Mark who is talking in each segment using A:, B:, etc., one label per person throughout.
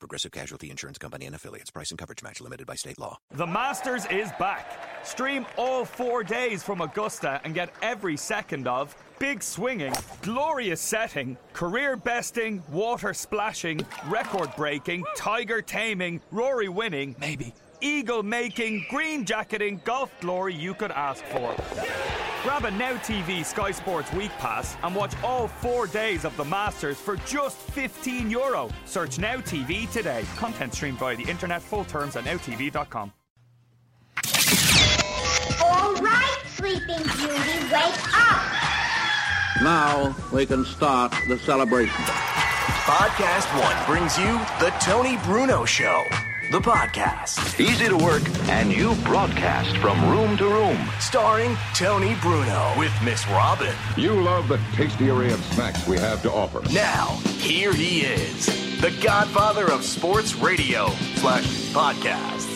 A: Progressive Casualty Insurance Company and affiliates. Price and coverage match limited by state law.
B: The Masters is back. Stream all four days from Augusta and get every second of big swinging, glorious setting, career besting, water splashing, record breaking, tiger taming, Rory winning, maybe, eagle making, green jacketing, golf glory you could ask for. Grab a Now TV Sky Sports Week Pass and watch all four days of the Masters for just 15 euro. Search Now TV today. Content streamed via the internet, full terms at nowtv.com.
C: All right, Sleeping Beauty, wake up!
D: Now we can start the celebration.
E: Podcast One brings you The Tony Bruno Show, the podcast. Easy to work, and you broadcast from room to room. Starring Tony Bruno with Miss Robin.
F: You love the tasty array of snacks we have to offer.
E: Now, here he is, the godfather of sports radio slash podcasts.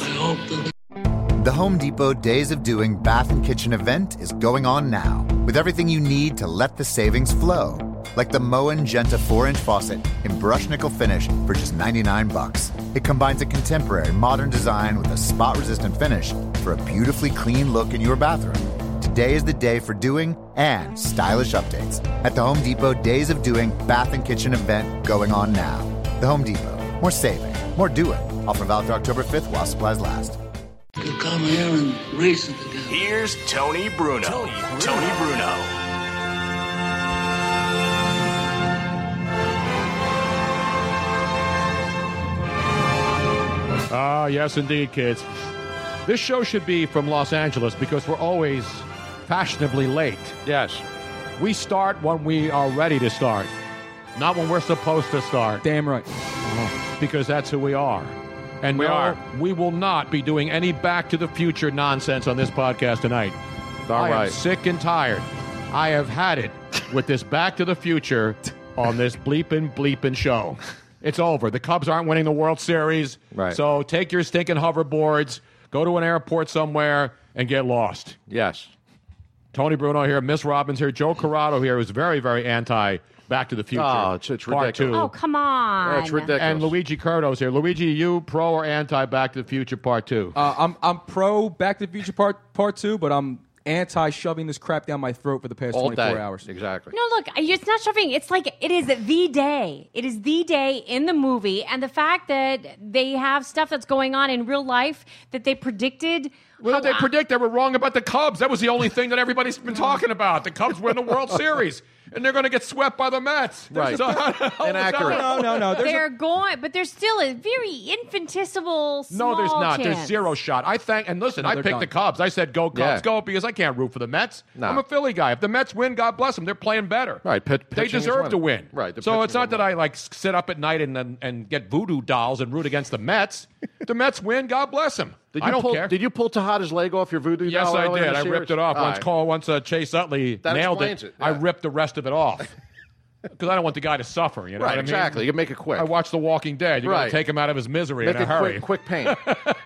G: The Home Depot Days of Doing Bath and Kitchen event is going on now with everything you need to let the savings flow. Like the Moen Genta 4-inch faucet in brush nickel finish for just 99 bucks. It combines a contemporary modern design with a spot-resistant finish for a beautifully clean look in your bathroom. Today is the day for doing and stylish updates at the Home Depot Days of Doing Bath and Kitchen event going on now. The Home Depot. More saving, more doing. Offer valid through October 5th while supplies last.
D: You come here and reason together.
E: Here's Tony Bruno. Tony Bruno. Tony Bruno.
H: Ah, yes, indeed, kids. This show should be from Los Angeles because we're always fashionably late.
I: Yes.
H: We start when we are ready to start, not when we're supposed to start. Oh,
I: Damn right.
H: Because that's who we are. And
I: We
H: no,
I: are.
H: We will not be doing any Back to the Future nonsense on this podcast tonight.
I: All
H: I am
I: right.
H: sick and tired. I have had it with this Back to the Future on this bleeping bleeping show. It's over. The Cubs aren't winning the World Series.
I: Right.
H: So take your stinking hoverboards, go to an airport somewhere, and get lost.
I: Yes.
H: Tony Bruno here, Miss Robbins here, Joe Corrado here is very, very anti Back to the Future.
I: Oh, it's- it's
H: part
I: ridiculous.
H: two.
J: Oh, come on.
I: That's ridiculous.
H: and Luigi Curto's here. Luigi, you pro or anti Back to the Future Part Two?
K: Uh, I'm I'm pro Back to the Future part part two, but I'm anti shoving this crap down my throat for the past
I: All
K: 24
I: day.
K: hours.
I: Exactly.
J: No, look, I- it's not shoving. It's like it is the day. It is the day in the movie, and the fact that they have stuff that's going on in real life that they predicted.
H: well,
J: how-
H: they predict they were wrong about the Cubs. That was the only thing that everybody's been talking about. The Cubs win the World Series, and they're going to get swept by the Mets.
I: Right.
H: So how the hell is that-
I: Inaccurate.
K: No, no, no. There's a-
J: They're going, but there's still a very infinitesimal. Small
H: No, there's not. There's
J: chance.
H: zero shot. I thank and listen. I
K: they're
H: picked the
K: done.
H: Cubs. I said go Cubs,
I: Yeah.
H: go because I can't root for the Mets.
I: No.
H: I'm a Philly guy. If the Mets win, God bless them. They're playing better.
I: Right, pit-
H: they
I: pitching is
H: deserve
I: one.
H: to win.
I: Right, the
H: So
I: pitching
H: it's not
I: is
H: that
I: one.
H: I like sit up at night and and, and get voodoo dolls and root against the Mets. the Mets win. God bless them.
I: Did you
H: I don't
I: pull,
H: care.
I: Did you pull Tejada's leg off your voodoo
H: Yes,
I: doll
H: I
I: earlier in
H: did.
I: the
H: I
I: series?
H: ripped it off
I: All
H: once.
I: right.
H: Call once uh, Chase Utley
I: That
H: nailed
I: explains it,
H: I
I: yeah.
H: ripped the rest of it off. because I don't want the guy to suffer. You know
I: Right,
H: what I mean?
I: exactly. You can make it quick.
H: I watch The Walking Dead. You got
I: Right.
H: to take him out of his misery
I: Make
H: in a
I: it
H: hurry.
I: quick, quick pain,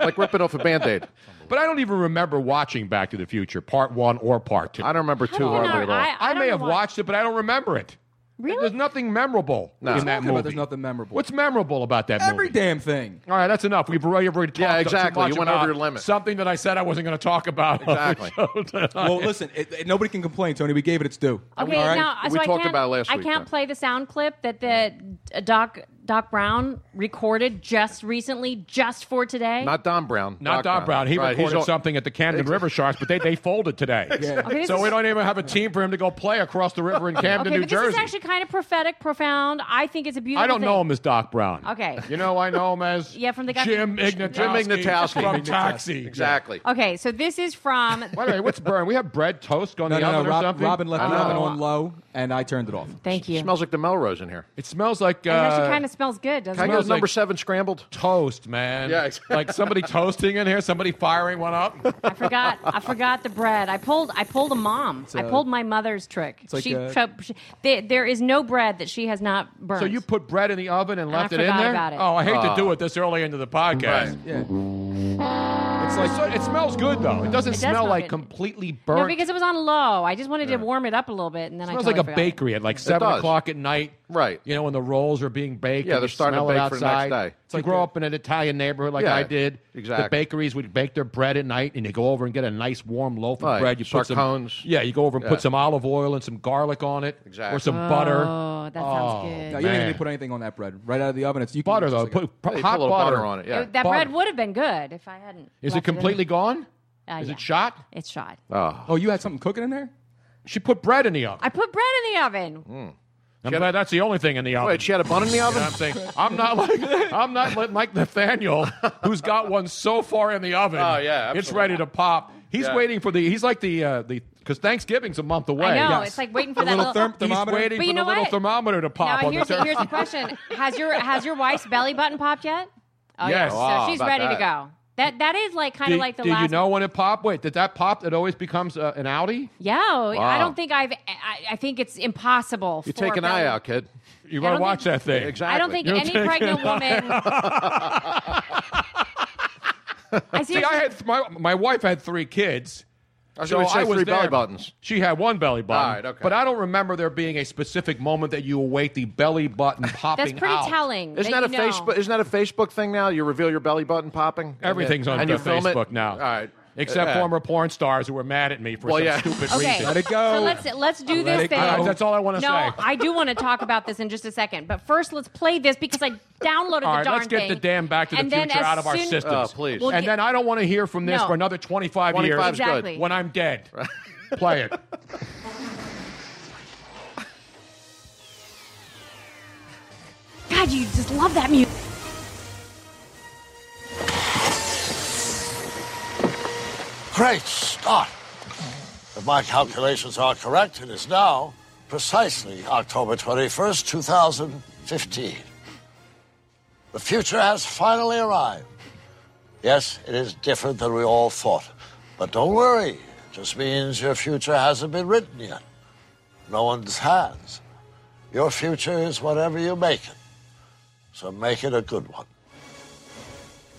I: like ripping off a band-aid.
H: But I don't even remember watching Back to the Future Part One or Part Two. I
I: don't remember
J: two hardly not- at all. I- I
H: may
J: don't
H: have
J: watch-
H: watched it, but I don't remember it. Really? There's nothing memorable
I: No.
H: in that
K: Talking about
H: movie.
K: there's nothing memorable.
H: What's memorable about that
K: Every
H: movie? damn thing. All right, that's enough. We've already, already talked
I: Yeah,
H: too
I: exactly.
H: much
I: You went over
H: about
I: your limit.
H: Something that I said I wasn't going to talk about. on the
I: Exactly.
H: show tonight.
K: well, listen, it, it- nobody can complain, Tony. We gave it its due.
J: Okay, now so I can't, I can't play the sound clip that the uh, Doc Doc Brown recorded just recently, just for today.
I: Not Don Brown.
H: Not Doc, Brown. He
I: Right, he's
H: recorded
I: on-
H: something at the Camden River Sharks, but they, they folded today.
J: Okay,
H: so
J: this
H: we
J: is-
H: don't even have a team for him to go play across the river in Camden,
J: okay,
H: New
J: but this
H: Jersey.
J: is actually kind of prophetic, profound. I think it's a beautiful.
H: I don't
J: thing.
H: know him as Doc Brown.
J: Okay.
H: You know, I know him as
J: Yeah, from the guy
H: Jim
J: from-
H: Ignatowski.
J: Jim
I: Ignatowski.
H: from Taxi.
I: Exactly.
J: Okay, so this is from.
H: By the way, what's burn? We have bread toast going
K: No,
H: in the
K: no, no,
H: oven
K: Rob-
H: or something.
K: Robin left
H: I
K: the
H: know.
K: oven on low, and I turned it off.
J: Thank you.
I: Smells like the Melrose in here.
H: It smells like.
J: it actually
H: uh,
J: kind of smells good, doesn't
I: Can I
J: it?
I: get number seven scrambled?
H: Toast, man.
I: Yeah, exactly.
H: Like somebody toasting in here, somebody firing one up.
J: I forgot. I forgot the bread. I pulled. I pulled a mom. I
H: a-
J: pulled my mother's trick.
H: it's like
J: she,
H: a-
J: cho- she there, there is no bread that she has not burned.
H: So you put bread in the oven and
J: And I
H: left it in
J: forgot
H: there?
J: about it.
H: Oh, I hate
J: Ah.
H: to do it this early into the podcast. Yeah. It's like it smells good though. It doesn't
J: It does
H: smell
J: smell
H: like
J: good.
H: completely burnt.
J: no, because it was on low. I just wanted to warm it up a little bit, and then
H: It smells
J: I
H: like a
J: totally forgot.
H: bakery at like
I: It
H: seven
I: does.
H: o'clock at night. Right. You know when the rolls are being baked.
I: Yeah,
H: and
I: they're
H: you
I: starting to
H: smell
I: bake
H: it
I: for the next
H: outside.
I: day.
H: If you grow up in an Italian neighborhood like
I: Yeah,
H: I did.
I: exactly.
H: The bakeries would bake their bread at night, and you go over and get a nice warm loaf of
I: Right,
H: bread. You put some
I: Sarcones.
H: Yeah, you go over and
I: Yeah.
H: put some olive oil and some garlic on it, exactly, or some
K: Oh,
H: butter. Oh,
K: that
J: sounds good.
K: No, you didn't
H: man.
K: even put anything on that bread. Right out of the oven, it's you
H: Butter,
K: can,
H: though.
K: it's like a-
H: Put- put Yeah, you hot put a little butter butter. on it,
J: It- Uh, that bread would have been good if I hadn't.
H: Is it
J: left in there.
H: completely gone?
J: Uh,
H: Is
J: yeah.
H: it shot?
J: It's shot.
I: Oh.
H: you had something cooking in there? She put bread in the oven.
J: I put bread in the oven.
H: I'm glad that's the only thing in the oven.
I: Wait, she had a bun in the
H: You know
I: oven?
H: what I'm saying I'm not like I'm not like Mike Nathaniel, who's got one so far in the oven.
I: Oh, yeah,
H: it's
I: absolutely.
H: ready to pop. He's
I: Yeah.
H: waiting for the. He's like the uh, the because Thanksgiving's a month away.
J: I know. It's like waiting for
H: The
J: that
H: little
J: little,
H: therm- thermometer. He's waiting for
J: But you
H: the
J: know
H: little
J: what?
H: thermometer to pop on
J: Now
H: the
J: here's the,
H: turkey.
J: here's the question: Has your has your wife's belly button popped yet? Oh yeah,
H: Yes. Wow,
J: so she's
H: about
J: ready
H: that.
J: to go. That that is like kind
H: do,
J: of like the
H: do
J: last.
H: you know when it popped? Wait, did that pop? It always becomes uh, an Audi.
J: Yeah, oh, I
H: Wow.
J: don't think I've. I, I think it's impossible.
H: You
J: for
H: take an
J: belly-
H: eye out, kid. You
J: I
H: gotta
J: don't
H: watch
J: think-
H: that thing.
J: I don't think any pregnant woman. I
H: see, I had th- my, my wife had three kids.
I: I was gonna say three belly buttons.
H: She had one belly button.
I: All right, okay.
H: But I don't remember there being a specific moment that you await the belly button popping
J: That's pretty
H: out.
J: telling.
I: Isn't that,
J: that
I: a
J: you know.
I: Facebook? Isn't that a Facebook thing now? You reveal your belly button popping.
H: Everything's on
I: and you
H: the
I: film it?
H: Facebook now.
I: All right.
H: Except
I: Yeah.
H: former porn stars who were mad at me for
I: Well,
H: some
I: yeah.
H: stupid
J: Okay,
H: reason.
J: So let's let's do
H: Let
J: this
H: it
J: thing.
H: go. All right, that's all I wanna
J: No,
H: say.
J: I do want to talk about this in just a second, but first let's play this because I downloaded
H: All
J: the
H: right,
J: darn
H: let's get
J: thing.
H: the damn Back to the
J: and then
H: Future
J: as
H: out of our
J: soon-
H: systems.
I: Oh, please.
J: We'll
H: and
J: get-
H: then I don't want to hear from this
J: No.
H: for another 25 years
J: 25 is good. Exactly.
H: when I'm dead. Play it.
J: God, you just love that music.
L: Great start. If my calculations are correct, it is now precisely October 21st, 2015. The future has finally arrived. Yes, it is different than we all thought. But don't worry, it just means your future hasn't been written yet. No one's hands. Your future is whatever you make it. So make it a good one.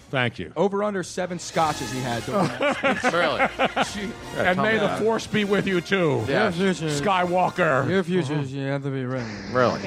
H: Thank you.
K: Over under seven scotches he had. during that speech.
I: Really?
K: She-
H: and may the force be with you too.
K: Yeah. Yes, yes, yes.
H: Skywalker.
K: Your future, you have to be written.
I: Really?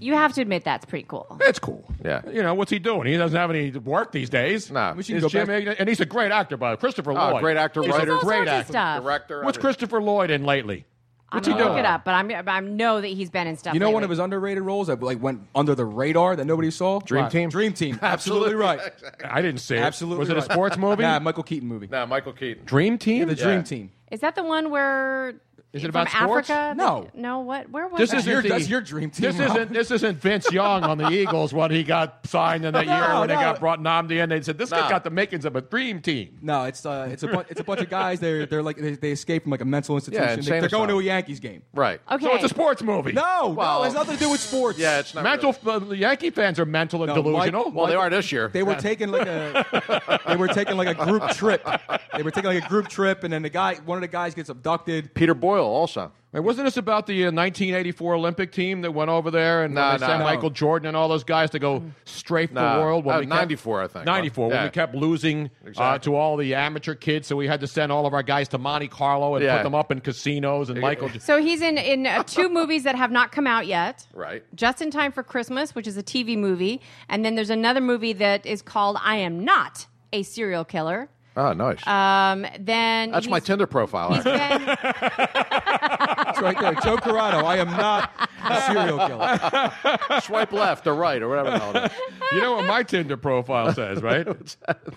J: You have to admit that's pretty cool.
H: It's cool.
I: Yeah.
H: You know, what's he doing? He doesn't have any work these days. No.
I: We
H: Nah.
I: should go
H: Jim
I: back-
H: Ign- and he's a great actor, by the way. Christopher
I: Oh,
H: Lloyd.
I: great actor,
H: He's a
I: writer. He's all
H: great
I: sorts of
H: actor.
J: stuff.
I: Director,
H: What's Christopher Lloyd in lately?
J: I'm
H: What's he
J: gonna look
H: doing?
J: it up, but I'm I know that he's been in stuff.
K: You know
J: lately.
K: one of his underrated roles that like went under the radar that nobody saw?
H: Dream What? Team?
K: Dream Team. Absolutely right.
H: I didn't see it.
K: Absolutely.
H: Was it a
K: right.
H: sports movie?
K: Nah, Michael Keaton movie.
I: Nah, Michael Keaton.
H: Dream Team?
K: the Dream Team.
J: Is that the one where?
H: Is it
J: from
H: about sports?
J: Africa?
H: No.
J: No. What? Where was
H: This
J: that?
H: isn't the- This
K: Rob.
H: isn't this isn't Vince Young on the Eagles when he got signed in that
K: No,
H: year when they
K: no.
H: got brought Namdi in. They said this
K: No.
H: guy got the makings of a dream team.
K: No, it's uh, it's a bu- it's a bunch of guys. They're they're like they, they escape from like a mental institution.
H: Yeah,
K: they,
H: insane
K: are going to a
H: asylum.
K: Yankees game.
I: Right.
H: So it's a sports movie.
K: No, no, it has nothing to do with sports. uh,
H: Yeah, it's not mental. The Yankee fans are mental and
K: No, Mike-
H: delusional.
K: Well, they Mike- are
I: this year.
K: They were taking like a they were taking like a group trip They were taking like a group trip, and then the guy, one of the guys gets abducted.
I: Peter Boyle also.
H: Wait, wasn't this about the uh, 1984 Olympic team that went over there and
I: Nah,
H: uh, they
I: nah.
H: sent
I: No.
H: Michael Jordan and all those guys to go strafe
I: Nah.
H: the world?
I: Uh,
H: kept-
I: 94, I think.
H: 94, when
I: Yeah.
H: we kept losing uh,
I: Exactly.
H: to all the amateur kids, so we had to send all of our guys to Monte Carlo and
I: Yeah.
H: put them up in casinos and Michael.
J: So he's in in uh, two movies that have not come out yet.
H: right.
J: Just in Time for Christmas, which is a TV movie, and then there's another movie that is called I Am Not a Serial Killer.
I: Ah, nice.
J: Um, then
I: That's my
J: he's-
I: Tinder profile. actually.
K: It's right there. Joe Corrado, I am not a serial killer.
I: Swipe left or right or whatever. the hell it is.
H: You know what my Tinder profile says, right?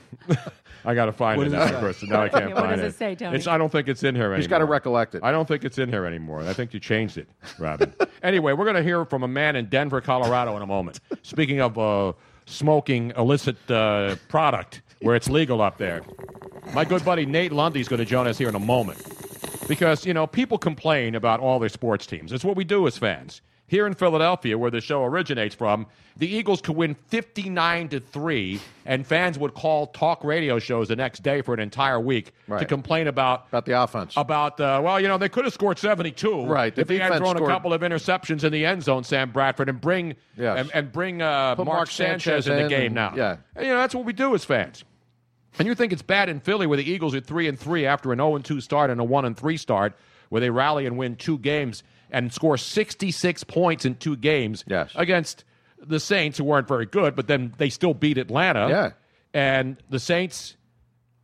H: I got to find
I: What
H: it
I: does
H: now,
I: it say?
H: Kristen. Now I
I: Yeah,
H: can't
I: what
H: find
I: does it say, Tony?
H: It's, I don't think it's in here anymore.
I: He's gotta recollect it.
H: I don't think it's in here anymore. I think you changed it, Robin. anyway, we're going to hear from a man in Denver, Colorado in a moment. Speaking of uh, smoking illicit uh, product where it's legal up there, my good buddy Nate Lundy's going to join us here in a moment. Because, you know, people complain about all their sports teams. It's what we do as fans. Here in Philadelphia, where the show originates from, the Eagles could win 59 to 3, and fans would call talk radio shows the next day for an entire week to complain about about
I: the offense.
H: About uh, well, you know, they could have scored 72
I: Right, the
H: if they had
I: defense
H: thrown
I: scored-
H: a couple of interceptions in the end zone, Sam Bradford, and bring
I: Yes.
H: and, and bring uh,
I: Put
H: Mark,
I: Mark
H: Sanchez,
I: Sanchez
H: in
I: in
H: the game
I: and-
H: now.
I: yeah.
H: And, you know, that's what we do as fans. And you think it's bad in Philly where the Eagles are 3 and 3 after an 0 and 2 start and a 1 and 3 start where they rally and win two games and score 66 points in two games against the Saints who weren't very good but then they still beat Atlanta.
I: Yeah.
H: And the Saints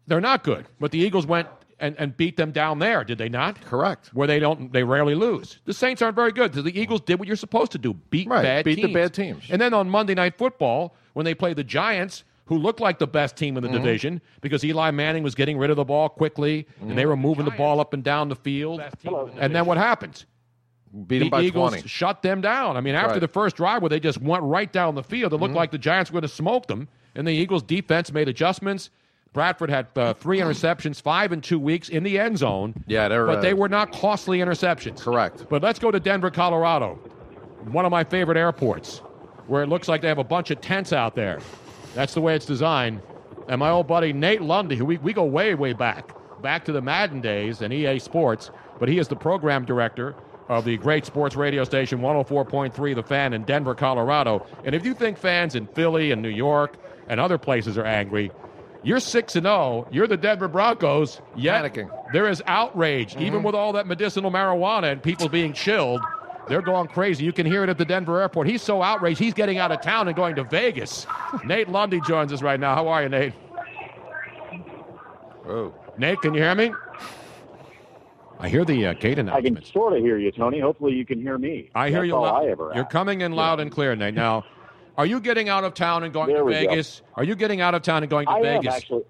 H: they're not good, but the Eagles went and, and beat them down there, did they not? Correct. Where they don't they rarely lose. The Saints aren't very good. The Eagles did what you're supposed to do, beat
I: Right,
H: bad
I: beat the
H: teams.
I: bad teams.
H: And then on Monday Night Football, when they play the Giants, who looked like the best team in the
I: Mhm.
H: division because Eli Manning was getting rid of the ball quickly and
I: Mm-hmm.
H: they were moving the ball up and down the field. and then what happens?
I: Beat 'em
H: the
I: by
H: Eagles
I: 20.
H: shut them down. I mean, after
I: Right. Mm-hmm.
H: the first drive where they just went right down the field, it looked like the Giants were going to smoke them. And the Eagles' defense made adjustments. Bradford had uh, three interceptions, five in two weeks in the end zone.
I: Yeah, they're,
H: but
I: uh,
H: they were not costly interceptions. Correct. But let's go to Denver, Colorado, one of my favorite airports, where it looks like they have a bunch of tents out there. That's the way it's designed. And my old buddy Nate Lundy, who we, we go way, way back, back to the Madden days and EA Sports, but he is the program director of the great sports radio station 104.3 The Fan in Denver, Colorado. And if you think fans in Philly and New York and other places are angry, you're 6 and 0. You're the Denver Broncos. Yet There is outrage even with all that medicinal marijuana and people being chilled. They're going crazy. You can hear it at the Denver airport. He's so outraged, he's getting out of town and going to Vegas. Nate Lundy joins us right now. How are you, Nate? Oh. Nate, can you hear me? I hear the uh, gate
M: I
H: announcement.
M: can sort of hear you, Tony. Hopefully, you can hear me.
H: I hear
M: That's
H: you.
M: All
H: loud.
M: I ever
H: You're
M: ask.
H: coming in loud and clear, Nate. Now, are you getting out of town and going
M: There
H: to
M: we go.
H: Vegas? Are you getting out of town and going to
M: I
H: Vegas?
M: am actually.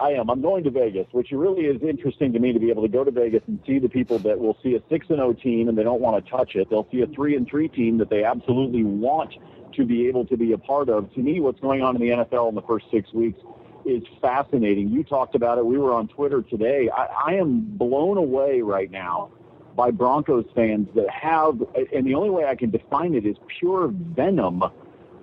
M: I am. I'm going to Vegas, which really is interesting to me to be able to go to Vegas and see the people that will see a six and zero team and they don't want to touch it. They'll see a three and three team that they absolutely want to be able to be a part of. To me, what's going on in the NFL in the first six weeks is fascinating. You talked about it. We were on Twitter today. I, I am blown away right now by Broncos fans that have, and the only way I can define it is pure venom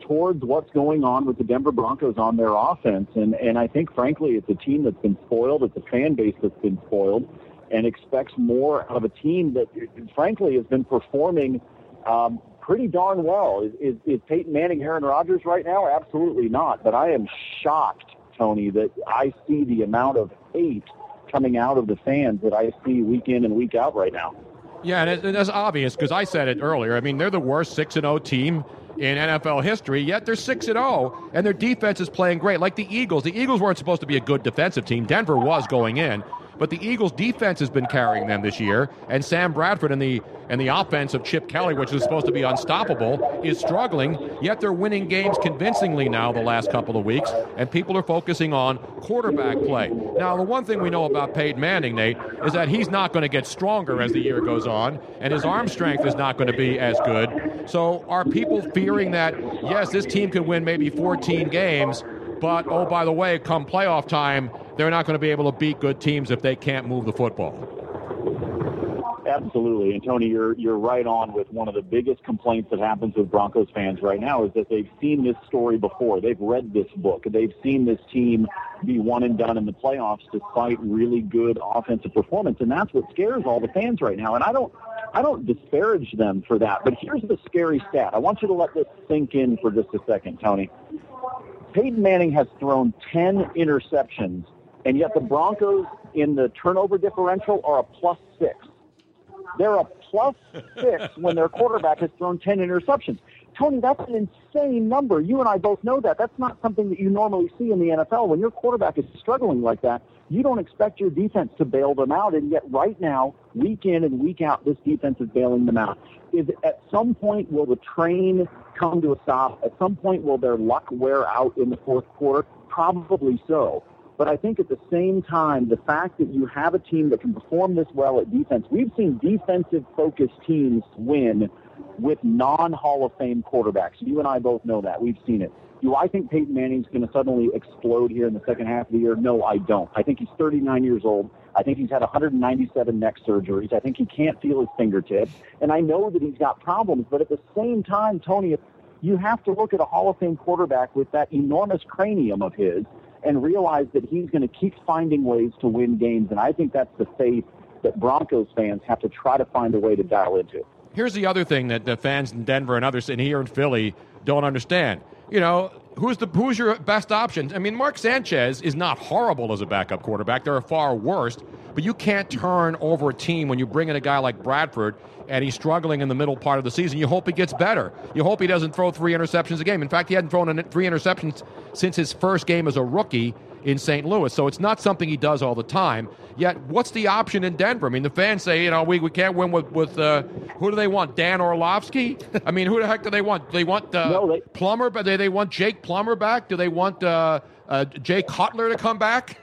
M: towards what's going on with the Denver Broncos on their offense. And, and I think, frankly, it's a team that's been spoiled. It's a fan base that's been spoiled and expects more out of a team that, frankly, has been performing um, pretty darn well. Is, is, is Peyton Manning Aaron Rodgers right now? Absolutely not. But I am shocked, Tony, that I see the amount of hate coming out of the fans that I see week in and week out right now.
H: Yeah, and, it, and that's obvious because I said it earlier. I mean, they're the worst six and zero team in NFL history. Yet they're six and zero, and their defense is playing great. Like the Eagles, the Eagles weren't supposed to be a good defensive team. Denver was going in, but the Eagles' defense has been carrying them this year. And Sam Bradford and the and the offense of Chip Kelly, which is supposed to be unstoppable, is struggling. Yet they're winning games convincingly now the last couple of weeks, and people are focusing on quarterback play. Now, the one thing we know about Peyton Manning, Nate, is that he's not going to get stronger as the year goes on, and his arm strength is not going to be as good. So, are people fearing that, yes, this team could win maybe 14 games, but oh, by the way, come playoff time, they're not going to be able to beat good teams if they can't move the football?
M: Absolutely, and Tony, you're you're right on with one of the biggest complaints that happens with Broncos fans right now is that they've seen this story before. They've read this book. They've seen this team be one and done in the playoffs despite really good offensive performance, and that's what scares all the fans right now. And I don't I don't disparage them for that, but here's the scary stat. I want you to let this sink in for just a second, Tony. Peyton Manning has thrown 10 interceptions, and yet the Broncos in the turnover differential are a plus six. They're a plus six when their quarterback has thrown 10 interceptions. Tony, that's an insane number. You and I both know that. That's not something that you normally see in the NFL. When your quarterback is struggling like that, you don't expect your defense to bail them out. And yet, right now, week in and week out, this defense is bailing them out. Is at some point will the train come to a stop? At some point will their luck wear out in the fourth quarter? Probably so. But I think at the same time, the fact that you have a team that can perform this well at defense, we've seen defensive focused teams win with non Hall of Fame quarterbacks. You and I both know that. We've seen it. Do I think Peyton Manning's going to suddenly explode here in the second half of the year? No, I don't. I think he's 39 years old. I think he's had 197 neck surgeries. I think he can't feel his fingertips. And I know that he's got problems, but at the same time, Tony, you have to look at a Hall of Fame quarterback with that enormous cranium of his and realize that he's going to keep finding ways to win games. And I think that's the faith that Broncos fans have to try to find a way to dial into.
H: Here's the other thing that the fans in Denver and others in here in Philly don't understand. You know, who's the who's your best option? I mean, Mark Sanchez is not horrible as a backup quarterback. There are far worse, but you can't turn over a team when you bring in a guy like Bradford and he's struggling in the middle part of the season. You hope he gets better. You hope he doesn't throw three interceptions a game. In fact, he hadn't thrown in- three interceptions since his first game as a rookie in St. Louis. So it's not something he does all the time. Yet, what's the option in Denver? I mean, the fans say, you know, we, we can't win with, with uh, who do they want? Dan Orlovsky? I mean, who the heck do they want? They want uh, Plummer, but they, they want Jake Plummer back? Do they want uh, uh, Jay Cutler to come back?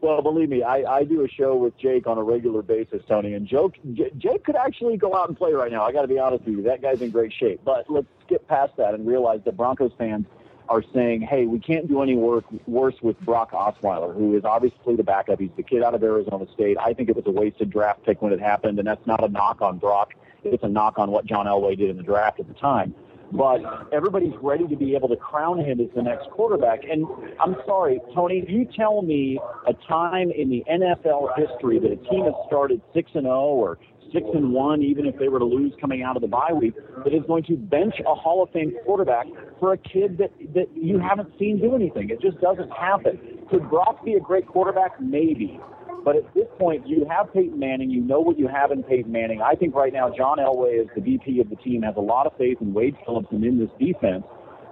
M: Well, believe me, I, I do a show with Jake on a regular basis, Tony, and Joe, J- Jake could actually go out and play right now. I got to be honest with you, that guy's in great shape. But let's skip past that and realize that Broncos fans are saying, "Hey, we can't do any work worse with Brock Osweiler, who is obviously the backup. He's the kid out of Arizona State. I think it was a wasted draft pick when it happened, and that's not a knock on Brock. It's a knock on what John Elway did in the draft at the time." but everybody's ready to be able to crown him as the next quarterback. And I'm sorry, Tony, you tell me a time in the NFL history that a team has started six and zero or six and one, even if they were to lose coming out of the bye week, that is going to bench a Hall of Fame quarterback for a kid that that you haven't seen do anything. It just doesn't happen. Could Brock be a great quarterback? Maybe. But at this point, you have Peyton Manning. You know what you have in Peyton Manning. I think right now, John Elway, as the VP of the team, has a lot of faith in Wade Phillips and in this defense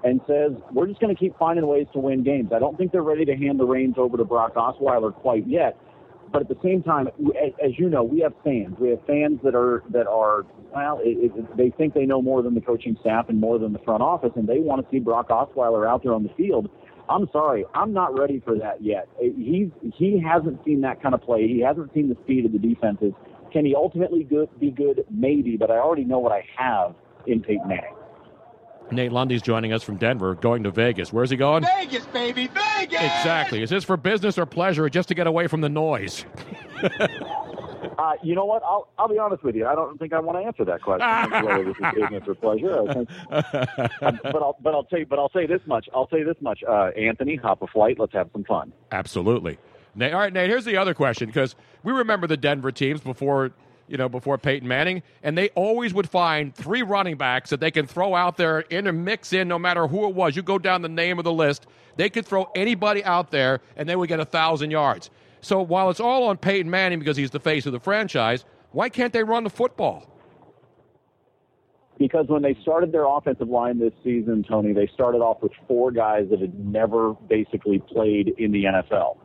M: and says, we're just going to keep finding ways to win games. I don't think they're ready to hand the reins over to Brock Osweiler quite yet. But at the same time, as- as you know, we have fans. We have fans that are that are well, it, it, they think they know more than the coaching staff and more than the front office, and they want to see Brock Osweiler out there on the field. I'm sorry, I'm not ready for that yet. He's he hasn't seen that kind of play. He hasn't seen the speed of the defenses. Can he ultimately good, be good? Maybe, but I already know what I have in Peyton Manning.
H: Nate Lundy's joining us from Denver, going to Vegas. Where's he going?
N: Vegas, baby, Vegas!
H: Exactly. Is this for business or pleasure, or just to get away from the noise?
M: Uh, you know what? I'll I'll be honest with you. I don't think I want to answer that question. I think whether this is business or pleasure. I think, but I'll but I'll tell you, but I'll say this much. I'll say this much. Uh, Anthony, hop a flight. Let's have some fun.
H: Absolutely. Nate, all right, Nate. Here's the other question because we remember the Denver teams before you know before Peyton Manning, and they always would find three running backs that they can throw out there intermix in, no matter who it was. You go down the name of the list, they could throw anybody out there, and they would get a thousand yards. So while it's all on Peyton Manning because he's the face of the franchise, why can't they run the football?
M: because when they started their offensive line this season, Tony, they started off with four guys that had never basically played in the NFL.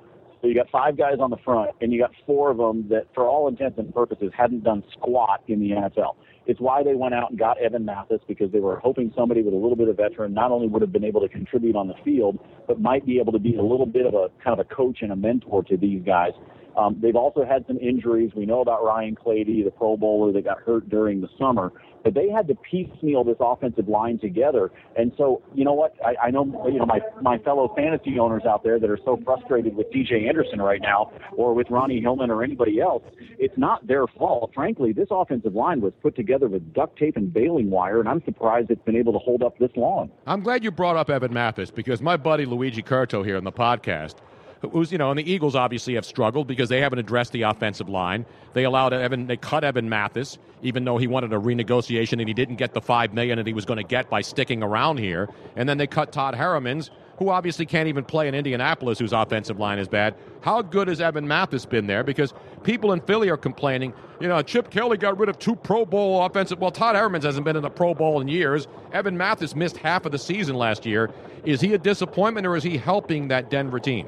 M: So you got five guys on the front, and you got four of them that, for all intents and purposes, hadn't done squat in the NFL. It's why they went out and got Evan Mathis because they were hoping somebody with a little bit of veteran not only would have been able to contribute on the field, but might be able to be a little bit of a kind of a coach and a mentor to these guys. Um, they've also had some injuries. We know about Ryan Clady, the Pro Bowler that got hurt during the summer. But they had to piecemeal this offensive line together. And so, you know what? I, I know, you know, my, my fellow fantasy owners out there that are so frustrated with DJ Anderson right now or with Ronnie Hillman or anybody else, it's not their fault. Frankly, this offensive line was put together with duct tape and baling wire, and I'm surprised it's been able to hold up this long.
H: I'm glad you brought up Evan Mathis because my buddy Luigi Curto here on the podcast, who's, you know, and the Eagles obviously have struggled because they haven't addressed the offensive line. They allowed Evan, they cut Evan Mathis, even though he wanted a renegotiation and he didn't get the $5 million that he was going to get by sticking around here. And then they cut Todd Harriman's, who obviously can't even play in Indianapolis, whose offensive line is bad. How good has Evan Mathis been there? Because people in Philly are complaining, you know, Chip Kelly got rid of two Pro Bowl offensive. Well, Todd Herman's hasn't been in the Pro Bowl in years. Evan Mathis missed half of the season last year. Is he a disappointment or is he helping that Denver team?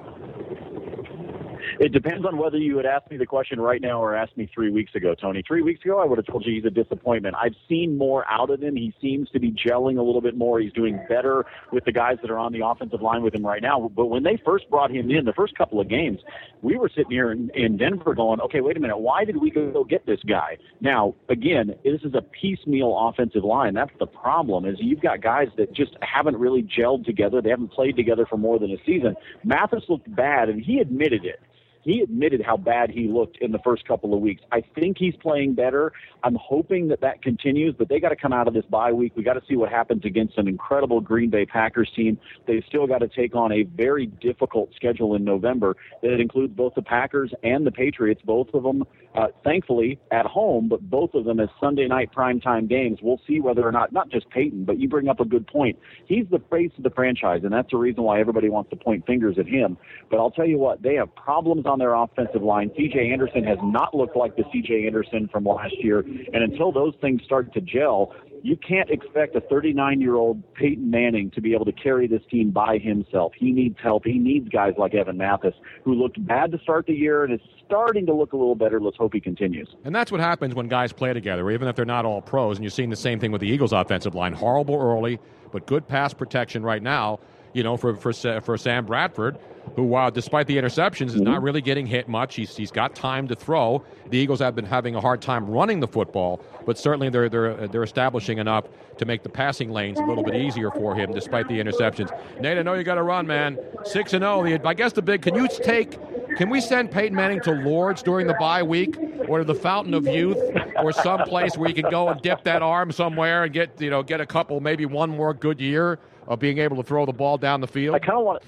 M: It depends on whether you had asked me the question right now or asked me three weeks ago, Tony. Three weeks ago, I would have told you he's a disappointment. I've seen more out of him. He seems to be gelling a little bit more. He's doing better with the guys that are on the offensive line with him right now. But when they first brought him in, the first couple of games, we were sitting here in, in Denver going, okay, wait a minute, why did we go get this guy? Now, again, this is a piecemeal offensive line. That's the problem is you've got guys that just haven't really gelled together. They haven't played together for more than a season. Mathis looked bad, and he admitted it he admitted how bad he looked in the first couple of weeks. I think he's playing better. I'm hoping that that continues, but they got to come out of this bye week. We got to see what happens against an incredible Green Bay Packers team. They've still got to take on a very difficult schedule in November that includes both the Packers and the Patriots, both of them, uh, thankfully, at home, but both of them as Sunday night primetime games. We'll see whether or not, not just Peyton, but you bring up a good point. He's the face of the franchise, and that's the reason why everybody wants to point fingers at him. But I'll tell you what, they have problems on on their offensive line. CJ Anderson has not looked like the CJ Anderson from last year. And until those things start to gel, you can't expect a 39 year old Peyton Manning to be able to carry this team by himself. He needs help. He needs guys like Evan Mathis, who looked bad to start the year and is starting to look a little better. Let's hope he continues.
H: And that's what happens when guys play together, even if they're not all pros. And you're seeing the same thing with the Eagles' offensive line. Horrible early, but good pass protection right now. You know, for for for Sam Bradford, who, uh, despite the interceptions, is not really getting hit much. He's he's got time to throw. The Eagles have been having a hard time running the football, but certainly they're they're they're establishing enough to make the passing lanes a little bit easier for him, despite the interceptions. Nate, I know you got to run, man. Six and zero. I guess the big. Can you take? Can we send Peyton Manning to Lourdes during the bye week, or to the Fountain of Youth, or someplace where he can go and dip that arm somewhere and get you know get a couple, maybe one more good year of being able to throw the ball down the field? I
M: kind of want.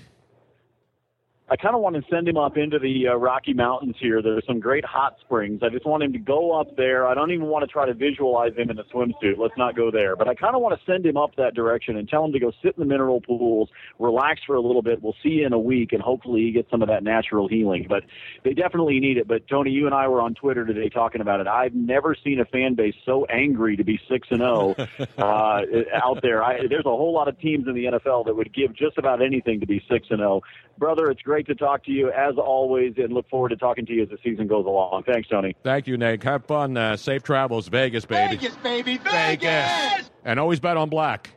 M: I kind of want to send him up into the uh, Rocky Mountains here. There's some great hot springs. I just want him to go up there. I don't even want to try to visualize him in a swimsuit. Let's not go there. But I kind of want to send him up that direction and tell him to go sit in the mineral pools, relax for a little bit. We'll see you in a week, and hopefully he gets some of that natural healing. But they definitely need it. But Tony, you and I were on Twitter today talking about it. I've never seen a fan base so angry to be six and zero out there. I, there's a whole lot of teams in the NFL that would give just about anything to be six and oh. zero. Brother, it's great great to talk to you as always and look forward to talking to you as the season goes along. Thanks, Tony.
H: Thank you, Nate. Have fun. Uh, safe travels, Vegas, baby.
N: Vegas, baby, Vegas.
H: And always bet on black.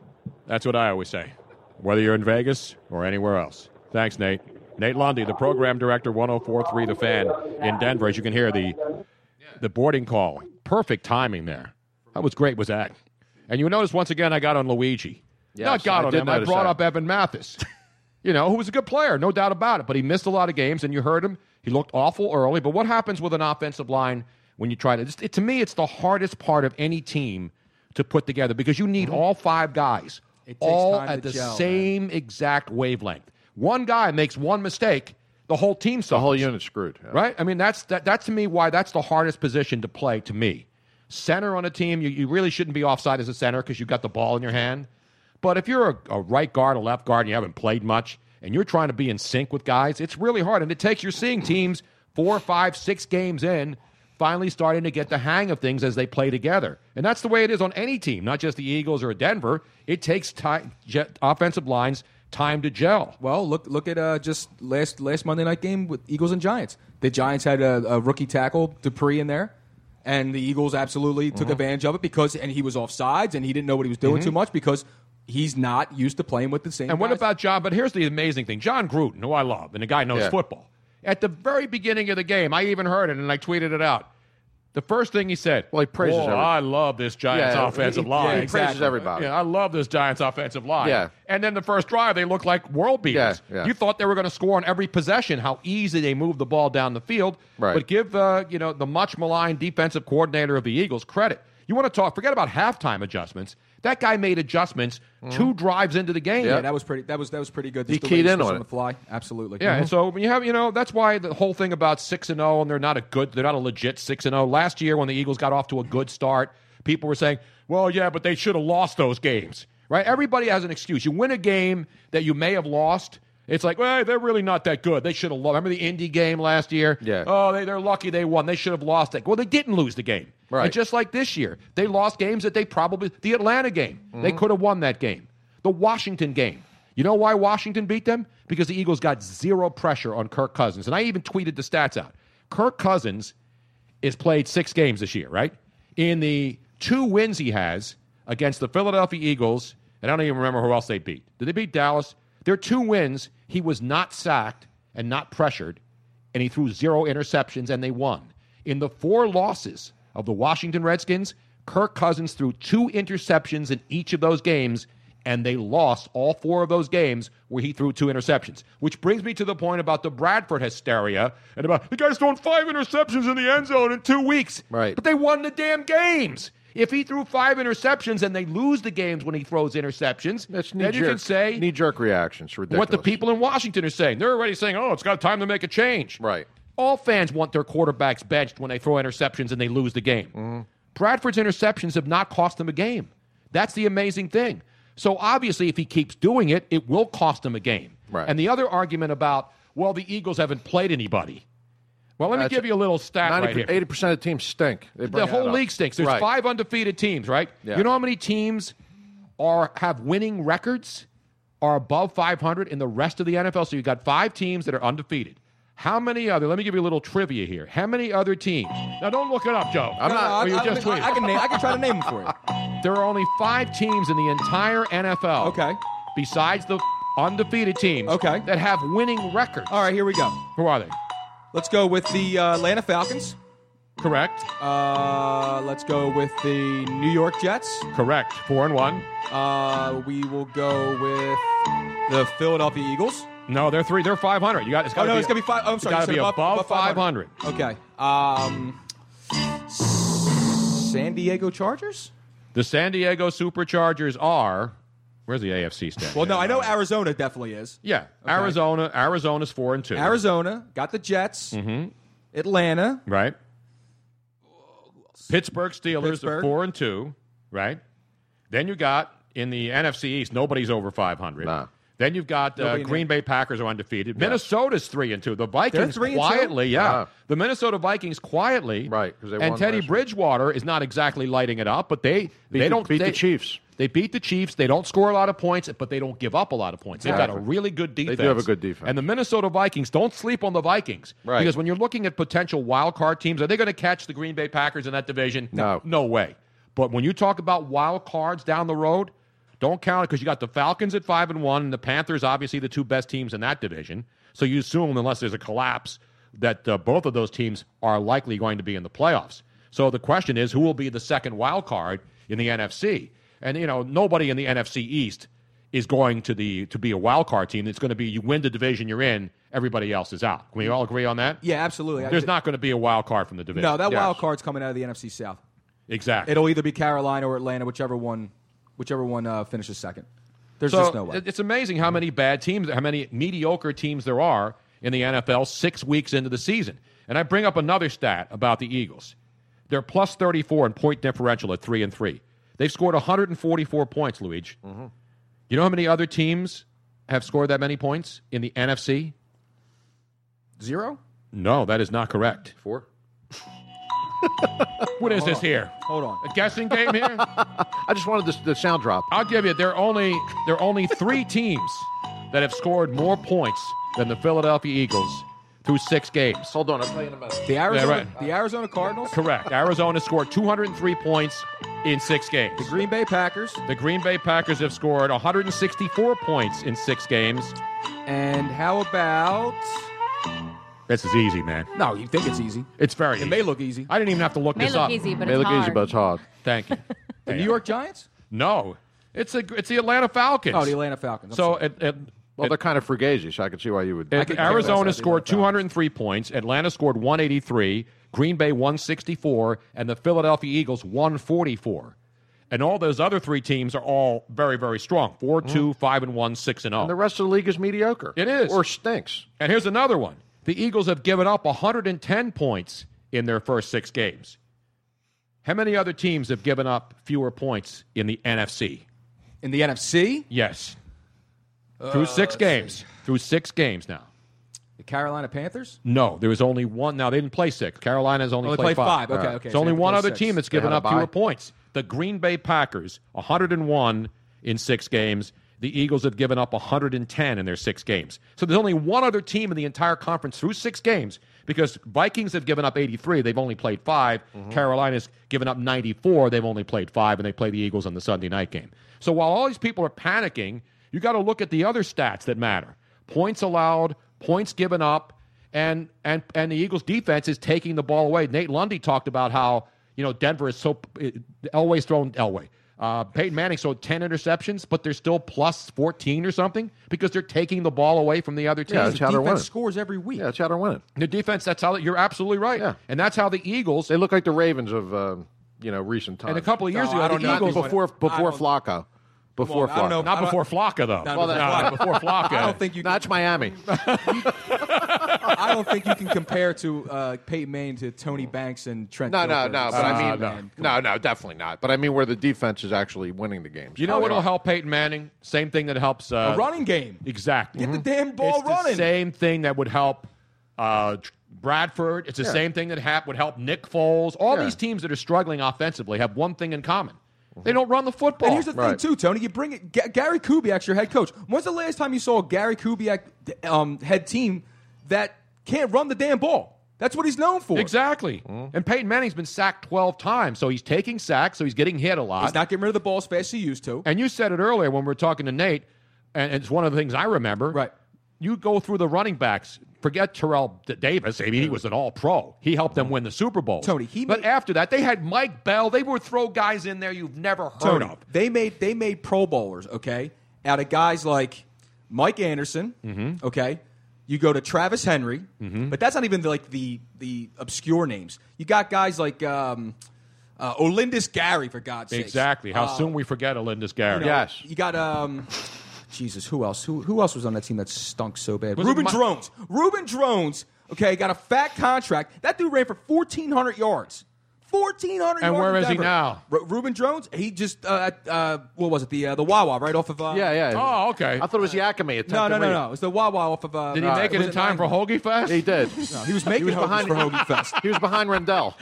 H: That's what I always say, whether you're in Vegas or anywhere else. Thanks, Nate. Nate Lundy, the program director, 1043 The Fan in Denver. As you can hear, the, the boarding call. Perfect timing there. That was great, was that? And you notice once again, I got on Luigi.
I: Yes,
H: Not got
I: I
H: on
I: did
H: him. I
I: notice
H: brought
I: that.
H: up Evan Mathis. you know, who was a good player, no doubt about it, but he missed a lot of games, and you heard him. He looked awful early. But what happens with an offensive line when you try to? Just, it, to me, it's the hardest part of any team to put together because you need all five guys,
K: Mm-hmm. It takes
H: all
K: time
H: at
K: to
H: the
K: gel, man.
H: same exact wavelength. One guy makes one mistake, the whole team suffers. The whole unit screwed. Right? I mean, that's that, that to me why that's the hardest position to play to me. Center on a team, you, you really shouldn't be offside as a center because you've got the ball in your hand. But if you're a, a right guard, a left guard, and you haven't played much, and you're trying to be in sync with guys, it's really hard. And it takes your seeing teams four, five, six games in, finally starting to get the hang of things as they play together. And that's the way it is on any team, not just the Eagles or Denver. It takes time, jet, offensive lines time to gel.
K: Well, look look at uh, just last last Monday night game with Eagles and Giants. The Giants had a, a rookie tackle Dupree in there, and the Eagles absolutely took
H: Mm-hmm.
O: Mhm.
K: advantage of it because and he was off sides and he didn't know what he was doing
H: Mhm.
K: too much because he's not used to playing with the same.
H: And what
K: guys.
H: about John? But here's the amazing thing John Gruden, who I love, and the guy knows
K: Yeah.
H: football. At the very beginning of the game, I even heard it and I tweeted it out. The first thing he said, well, he
I: praises everybody."
H: I love this Giants
I: Yeah,
H: offensive
I: he-
H: line.
I: yeah, he praises
H: Exactly.
I: everybody.
H: Yeah, I love this Giants offensive line.
I: Yeah.
H: And then the first drive, they looked like world beaters.
I: Yeah, yeah.
H: You thought they were going to score on every possession. How easy they moved the ball down the field.
I: Right.
H: But give uh, you know the much maligned defensive coordinator of the Eagles credit. You want to talk? Forget about halftime adjustments. That guy made adjustments two drives into the game.
K: Yeah, that was pretty. That was that was pretty good.
H: Mm-hmm. He
K: Just the
H: keyed
K: way
H: in
K: switched
H: on
K: the
H: it.
K: fly, absolutely.
H: Yeah,
K: Mhm.
H: and so when you have, you know, that's why the whole thing about six and zero, and they're not a good, they're not a legit six and zero. Last year, when the Eagles got off to a good start, people were saying, "Well, yeah, but they should have lost those games." Right? Everybody has an excuse. You win a game that you may have lost. It's like, well, they're really not that good. They should have lost. Remember the Indy game last year? Yeah. Oh, they, they're lucky they won. They should have lost it. Well, they didn't lose the game. Right. And just like this year, they lost games that they probably the Atlanta game. They
I: Mhm.
H: could have won that game. The Washington game. You know why Washington beat them? Because the Eagles got zero pressure on Kirk Cousins. And I even tweeted the stats out. Kirk Cousins is played six games this year, right? In the two wins he has against the Philadelphia Eagles, and I don't even remember who else they beat. Did they beat Dallas? Their two wins, he was not sacked and not pressured, and he threw zero interceptions, and they won. In the four losses of the Washington Redskins, Kirk Cousins threw two interceptions in each of those games, and they lost all four of those games where he threw two interceptions. Which brings me to the point about the Bradford hysteria and about the guy's throwing five interceptions in the end zone in two weeks. Right. But they won the damn games. If he threw five interceptions and they lose the games when he throws interceptions, That's then you can
I: Knee-jerk-
H: say
I: knee-jerk reactions. Ridiculous.
H: what the people in Washington are saying. They're already saying, "Oh, it's got time to make a change." Right. All fans want their quarterbacks benched when they throw interceptions and they lose the game.
I: Mm-hmm.
H: Bradford's interceptions have not cost them a game. That's the amazing thing. So obviously, if he keeps doing it, it will cost him a game. Right. And the other argument about, well, the Eagles haven't played anybody. Well, let me
I: That's-
H: give you a little stat right here.
I: 80 percent of the teams stink. They bring
H: The
I: that
H: whole
I: up.
H: league stinks. There's
I: Right.
H: five undefeated teams, right?
I: Yeah.
H: You know how many teams are have winning records are above 500 in the rest of the NFL? So you got five teams that are undefeated. How many other? Let me give you a little trivia here. How many other teams? Now don't look it up, Joe.
K: No, no, I-
H: Or you
K: I-
H: just
K: I-
H: tweeted.
K: I can name- I can try to name 'em for
H: you. There are only five teams in the entire NFL. Okay. Besides the undefeated teams. Okay. That have winning records. All
K: right, here we go.
H: Who are they?
K: Let's go with the uh, Atlanta Falcons.
H: Correct.
K: Uh, let's go with the New York Jets.
H: Correct. Four and one.
K: Uh, we will go with the Philadelphia Eagles.
H: No, they're three. They're 500. You got. It's got
K: Oh
H: to
K: no,
H: be,
K: it's gonna be five. Oh, I'm
H: it's
K: sorry,
H: gotta
K: you said
H: be
K: above,
H: above, 500.
K: 500. Okay. Um, San Diego Chargers.
H: The San Diego Superchargers are. Where's the AFC stand?
K: Well, no, I know Arizona definitely is.
H: Yeah,
K: Okay.
H: Arizona. Arizona's four and two.
K: Arizona got the Jets.
H: hmm
K: Atlanta.
H: Right. Pittsburgh Steelers are
K: Pittsburgh.
H: four and two. Right. Then you got in the NFC East. Nobody's over 500. Then you've got uh,
I: Nobody in
H: Green Bay Packers are undefeated. Minnesota's three and two. The Vikings
I: three and two?
H: quietly, yeah.
I: Wow.
H: The Minnesota Vikings quietly, right?
I: they
H: and
I: won
H: Teddy
I: last
H: Bridgewater is not exactly lighting it up, but they they
I: the-
H: don't
I: beat the
H: they-
I: Chiefs.
H: They beat the Chiefs. They don't score a lot of points, but they don't give up a lot of points. They've got a
I: Exactly.
H: really good
I: do
H: defense.
I: have a good defense.
H: And the Minnesota Vikings don't sleep on the Vikings,
I: Right.
H: Because when you're looking at potential wild card teams, are they going to catch the Green Bay Packers in that division?
I: No.
H: no way. But when you talk about wild cards down the road, don't count it because you got the Falcons at five and one, and the Panthers obviously the two best teams in that division. So you assume, unless there's a collapse, that uh, both of those teams are likely going to be in the playoffs. So the question is, who will be the second wild card in the NFC? And you know, nobody in the NFC East is going to the to be a wild card team. It's going to be you win the division you're in, everybody else is out. Can we all agree on that?
K: Yeah, absolutely. I-
H: There's not going to be a wild card from the division.
K: No, that wild card's coming out of the NFC South.
H: Exactly.
K: It'll either be Carolina or Atlanta, whichever one, whichever one uh, finishes second. There's
H: So,
K: just no way.
H: it- It's amazing how many bad teams, how many mediocre teams there are in the NFL six weeks into the season. And I bring up another stat about the Eagles. They're plus 34 in point differential at 3 and 3. They've scored 144 points, Luigi.
K: Mm-hmm.
H: You know how many other teams have scored that many points in the NFC?
K: Zero.
H: No, that is not correct.
I: Four.
H: What is this here?
K: Hold on.
H: A guessing game here?
I: I just wanted the, the sound drop.
H: I'll give you. There are only there are only three teams that have scored more points than the Philadelphia Eagles through six games.
I: Hold on, I'll tell you in a minute.
K: The Arizona,
H: Yeah, right.
K: the Arizona Cardinals.
H: Correct. Arizona scored 203 points in six games. The
K: Green Bay Packers.
H: The Green Bay Packers have scored 164 points in six games.
K: And how about
H: This is easy, man.
K: No, you think it's easy.
H: It's very
K: It
H: easy.
K: may look easy.
H: I didn't even have to look
K: May
H: this
K: look
H: up.
K: easy, but May it's look easy, hard. but
H: it's hard. Thank you. the New York
K: Giants?
H: No, it's a, it's the Atlanta Falcons.
K: Oh, the Atlanta Falcons. I'm
H: So it, it,
I: Well,
H: it-
I: they're kind of fugazi, so I can see why you would.
H: it- Arizona scored 203 points. Atlanta scored 183. Green Bay 164, and the Philadelphia Eagles 144. And all those other three teams are all very, very strong. Four, two, five, and one, six, and zero.
I: Mm-hmm. And the rest of the league is mediocre.
H: It is. Or stinks. And here's another one. The Eagles have given up 110 points in their first six games. How many other teams have given up fewer points in the NFC?
K: In the NFC?
H: Yes. through six games. Through six games now.
K: Uh, The Carolina Panthers?
H: No, there was only one. Now, they didn't play six. Carolina's only
K: Oh, they
H: played,
K: played five. Okay,
H: All
K: okay,
H: It's
K: so
H: only
K: they
H: one
K: played
H: other
K: six.
H: team that's
K: They
H: given
K: had a
H: up fewer
K: bye.
H: points. The Green Bay Packers, 101 in six games. The Eagles have given up 110 in their six games. So there's only one other team in the entire conference through six games because Vikings have given up 83. They've only played 5
K: Mm-hmm.
H: Carolina's given up 94. They've only played five, and they play the Eagles on the Sunday night game. So while all these people are panicking, you got to look at the other stats that matter points allowed, points given up, and and and the Eagles defense is taking the ball away. Nate Lundy talked about how you know Denver is so it- Elway's thrown Elway. Uh, Peyton Manning so ten interceptions, but they're still plus fourteen or something because they're taking the ball away from the other team.
I: Yeah, that's how they're winning.
K: scores every week.
I: Yeah, that's how they're winning.
H: The defense. That's how you're absolutely right. Yeah. and that's how the Eagles.
I: They look like the Ravens of um, you know recent times.
H: And a couple of years
I: No,
H: ago,
I: I don't
H: the
I: know.
H: Eagles-
I: before before
H: I don't-
I: Flacco, before
H: Come on, I
I: Flacco,
H: don't know. Not I don't- before Flacco, though. Not
I: well,
H: before
I: that's
H: Flacco. Before Flacco. I don't
I: think you. That's Miami.
K: I don't think you can compare to uh, Peyton Manning to Tony Banks and Trent.
I: No, no,
K: Dilfer.
I: no.
H: Ah,
I: But I mean,
K: Come
I: no,
K: on.
I: no, definitely not. But I mean, where the defense is actually winning the games.
H: You know what'll help Peyton Manning? Same thing that helps uh,
I: A running game.
H: Exactly.
I: Get the
K: damn ball
H: it's
K: running.
H: The same thing that would help uh, Tr- Bradford. It's the
K: Yeah.
H: same thing that hap- would help Nick Foles. All
K: Yeah.
H: these teams that are struggling offensively have one thing in common: they don't run the football.
K: And here's the thing, too, Tony. You bring it. Ga- Gary Kubiak's your head coach. When's the last time you saw a Gary Kubiak um, head team that can't run the damn ball? That's what he's known for. Mm-hmm.
H: Exactly. And Peyton Manning's been sacked 12 times, so he's taking sacks, so he's getting hit a lot. He's
K: not getting rid of the ball as fast as he used to.
H: And you said it earlier when we were talking to Nate, and it's one of the things I remember. Right. You go through the running backs. Forget Terrell D- Davis. I mean, he was an all pro. He helped
K: Mm-hmm.
H: them win the Super Bowl. Tony, he But after that, they had Mike Bell. They would throw guys in there you've never heard
K: Tony,
H: of.
K: They made they made Pro Bowlers, okay, out of guys like Mike Anderson,
H: Mm-hmm.
K: okay. You go to Travis Henry, but that's not even like the the obscure names. You got guys like um, uh, Olindis Gary, for God's sake. Uh,
H: Exactly. How soon we forget Alindis Garrett.
K: You got um, Jesus. Who else? Who who else was on that team that stunk so bad?
H: Was it
K: Ruben
H: Mi-
K: Drones. Ruben Drones. Okay, got a fat contract. That dude ran for fourteen hundred yards. Fourteen hundred.
H: And
K: yards
H: where
K: in
H: is he
K: Denver.
H: now?
K: Ru- Ruben Drones. He just uh, at, uh, what was it? The uh, the Wawa right off of. Uh,
I: Yeah, yeah.
H: Oh, okay. I
I: thought it was Yakima.
K: No, no, no, no. It was the Wawa off of. Uh,
I: Did he make it
K: was
I: in time for
K: Nine-
H: Hoagie Fest?
I: He did.
K: No, he was making hoagies for Hoagie Fest.
I: He was behind Rendell.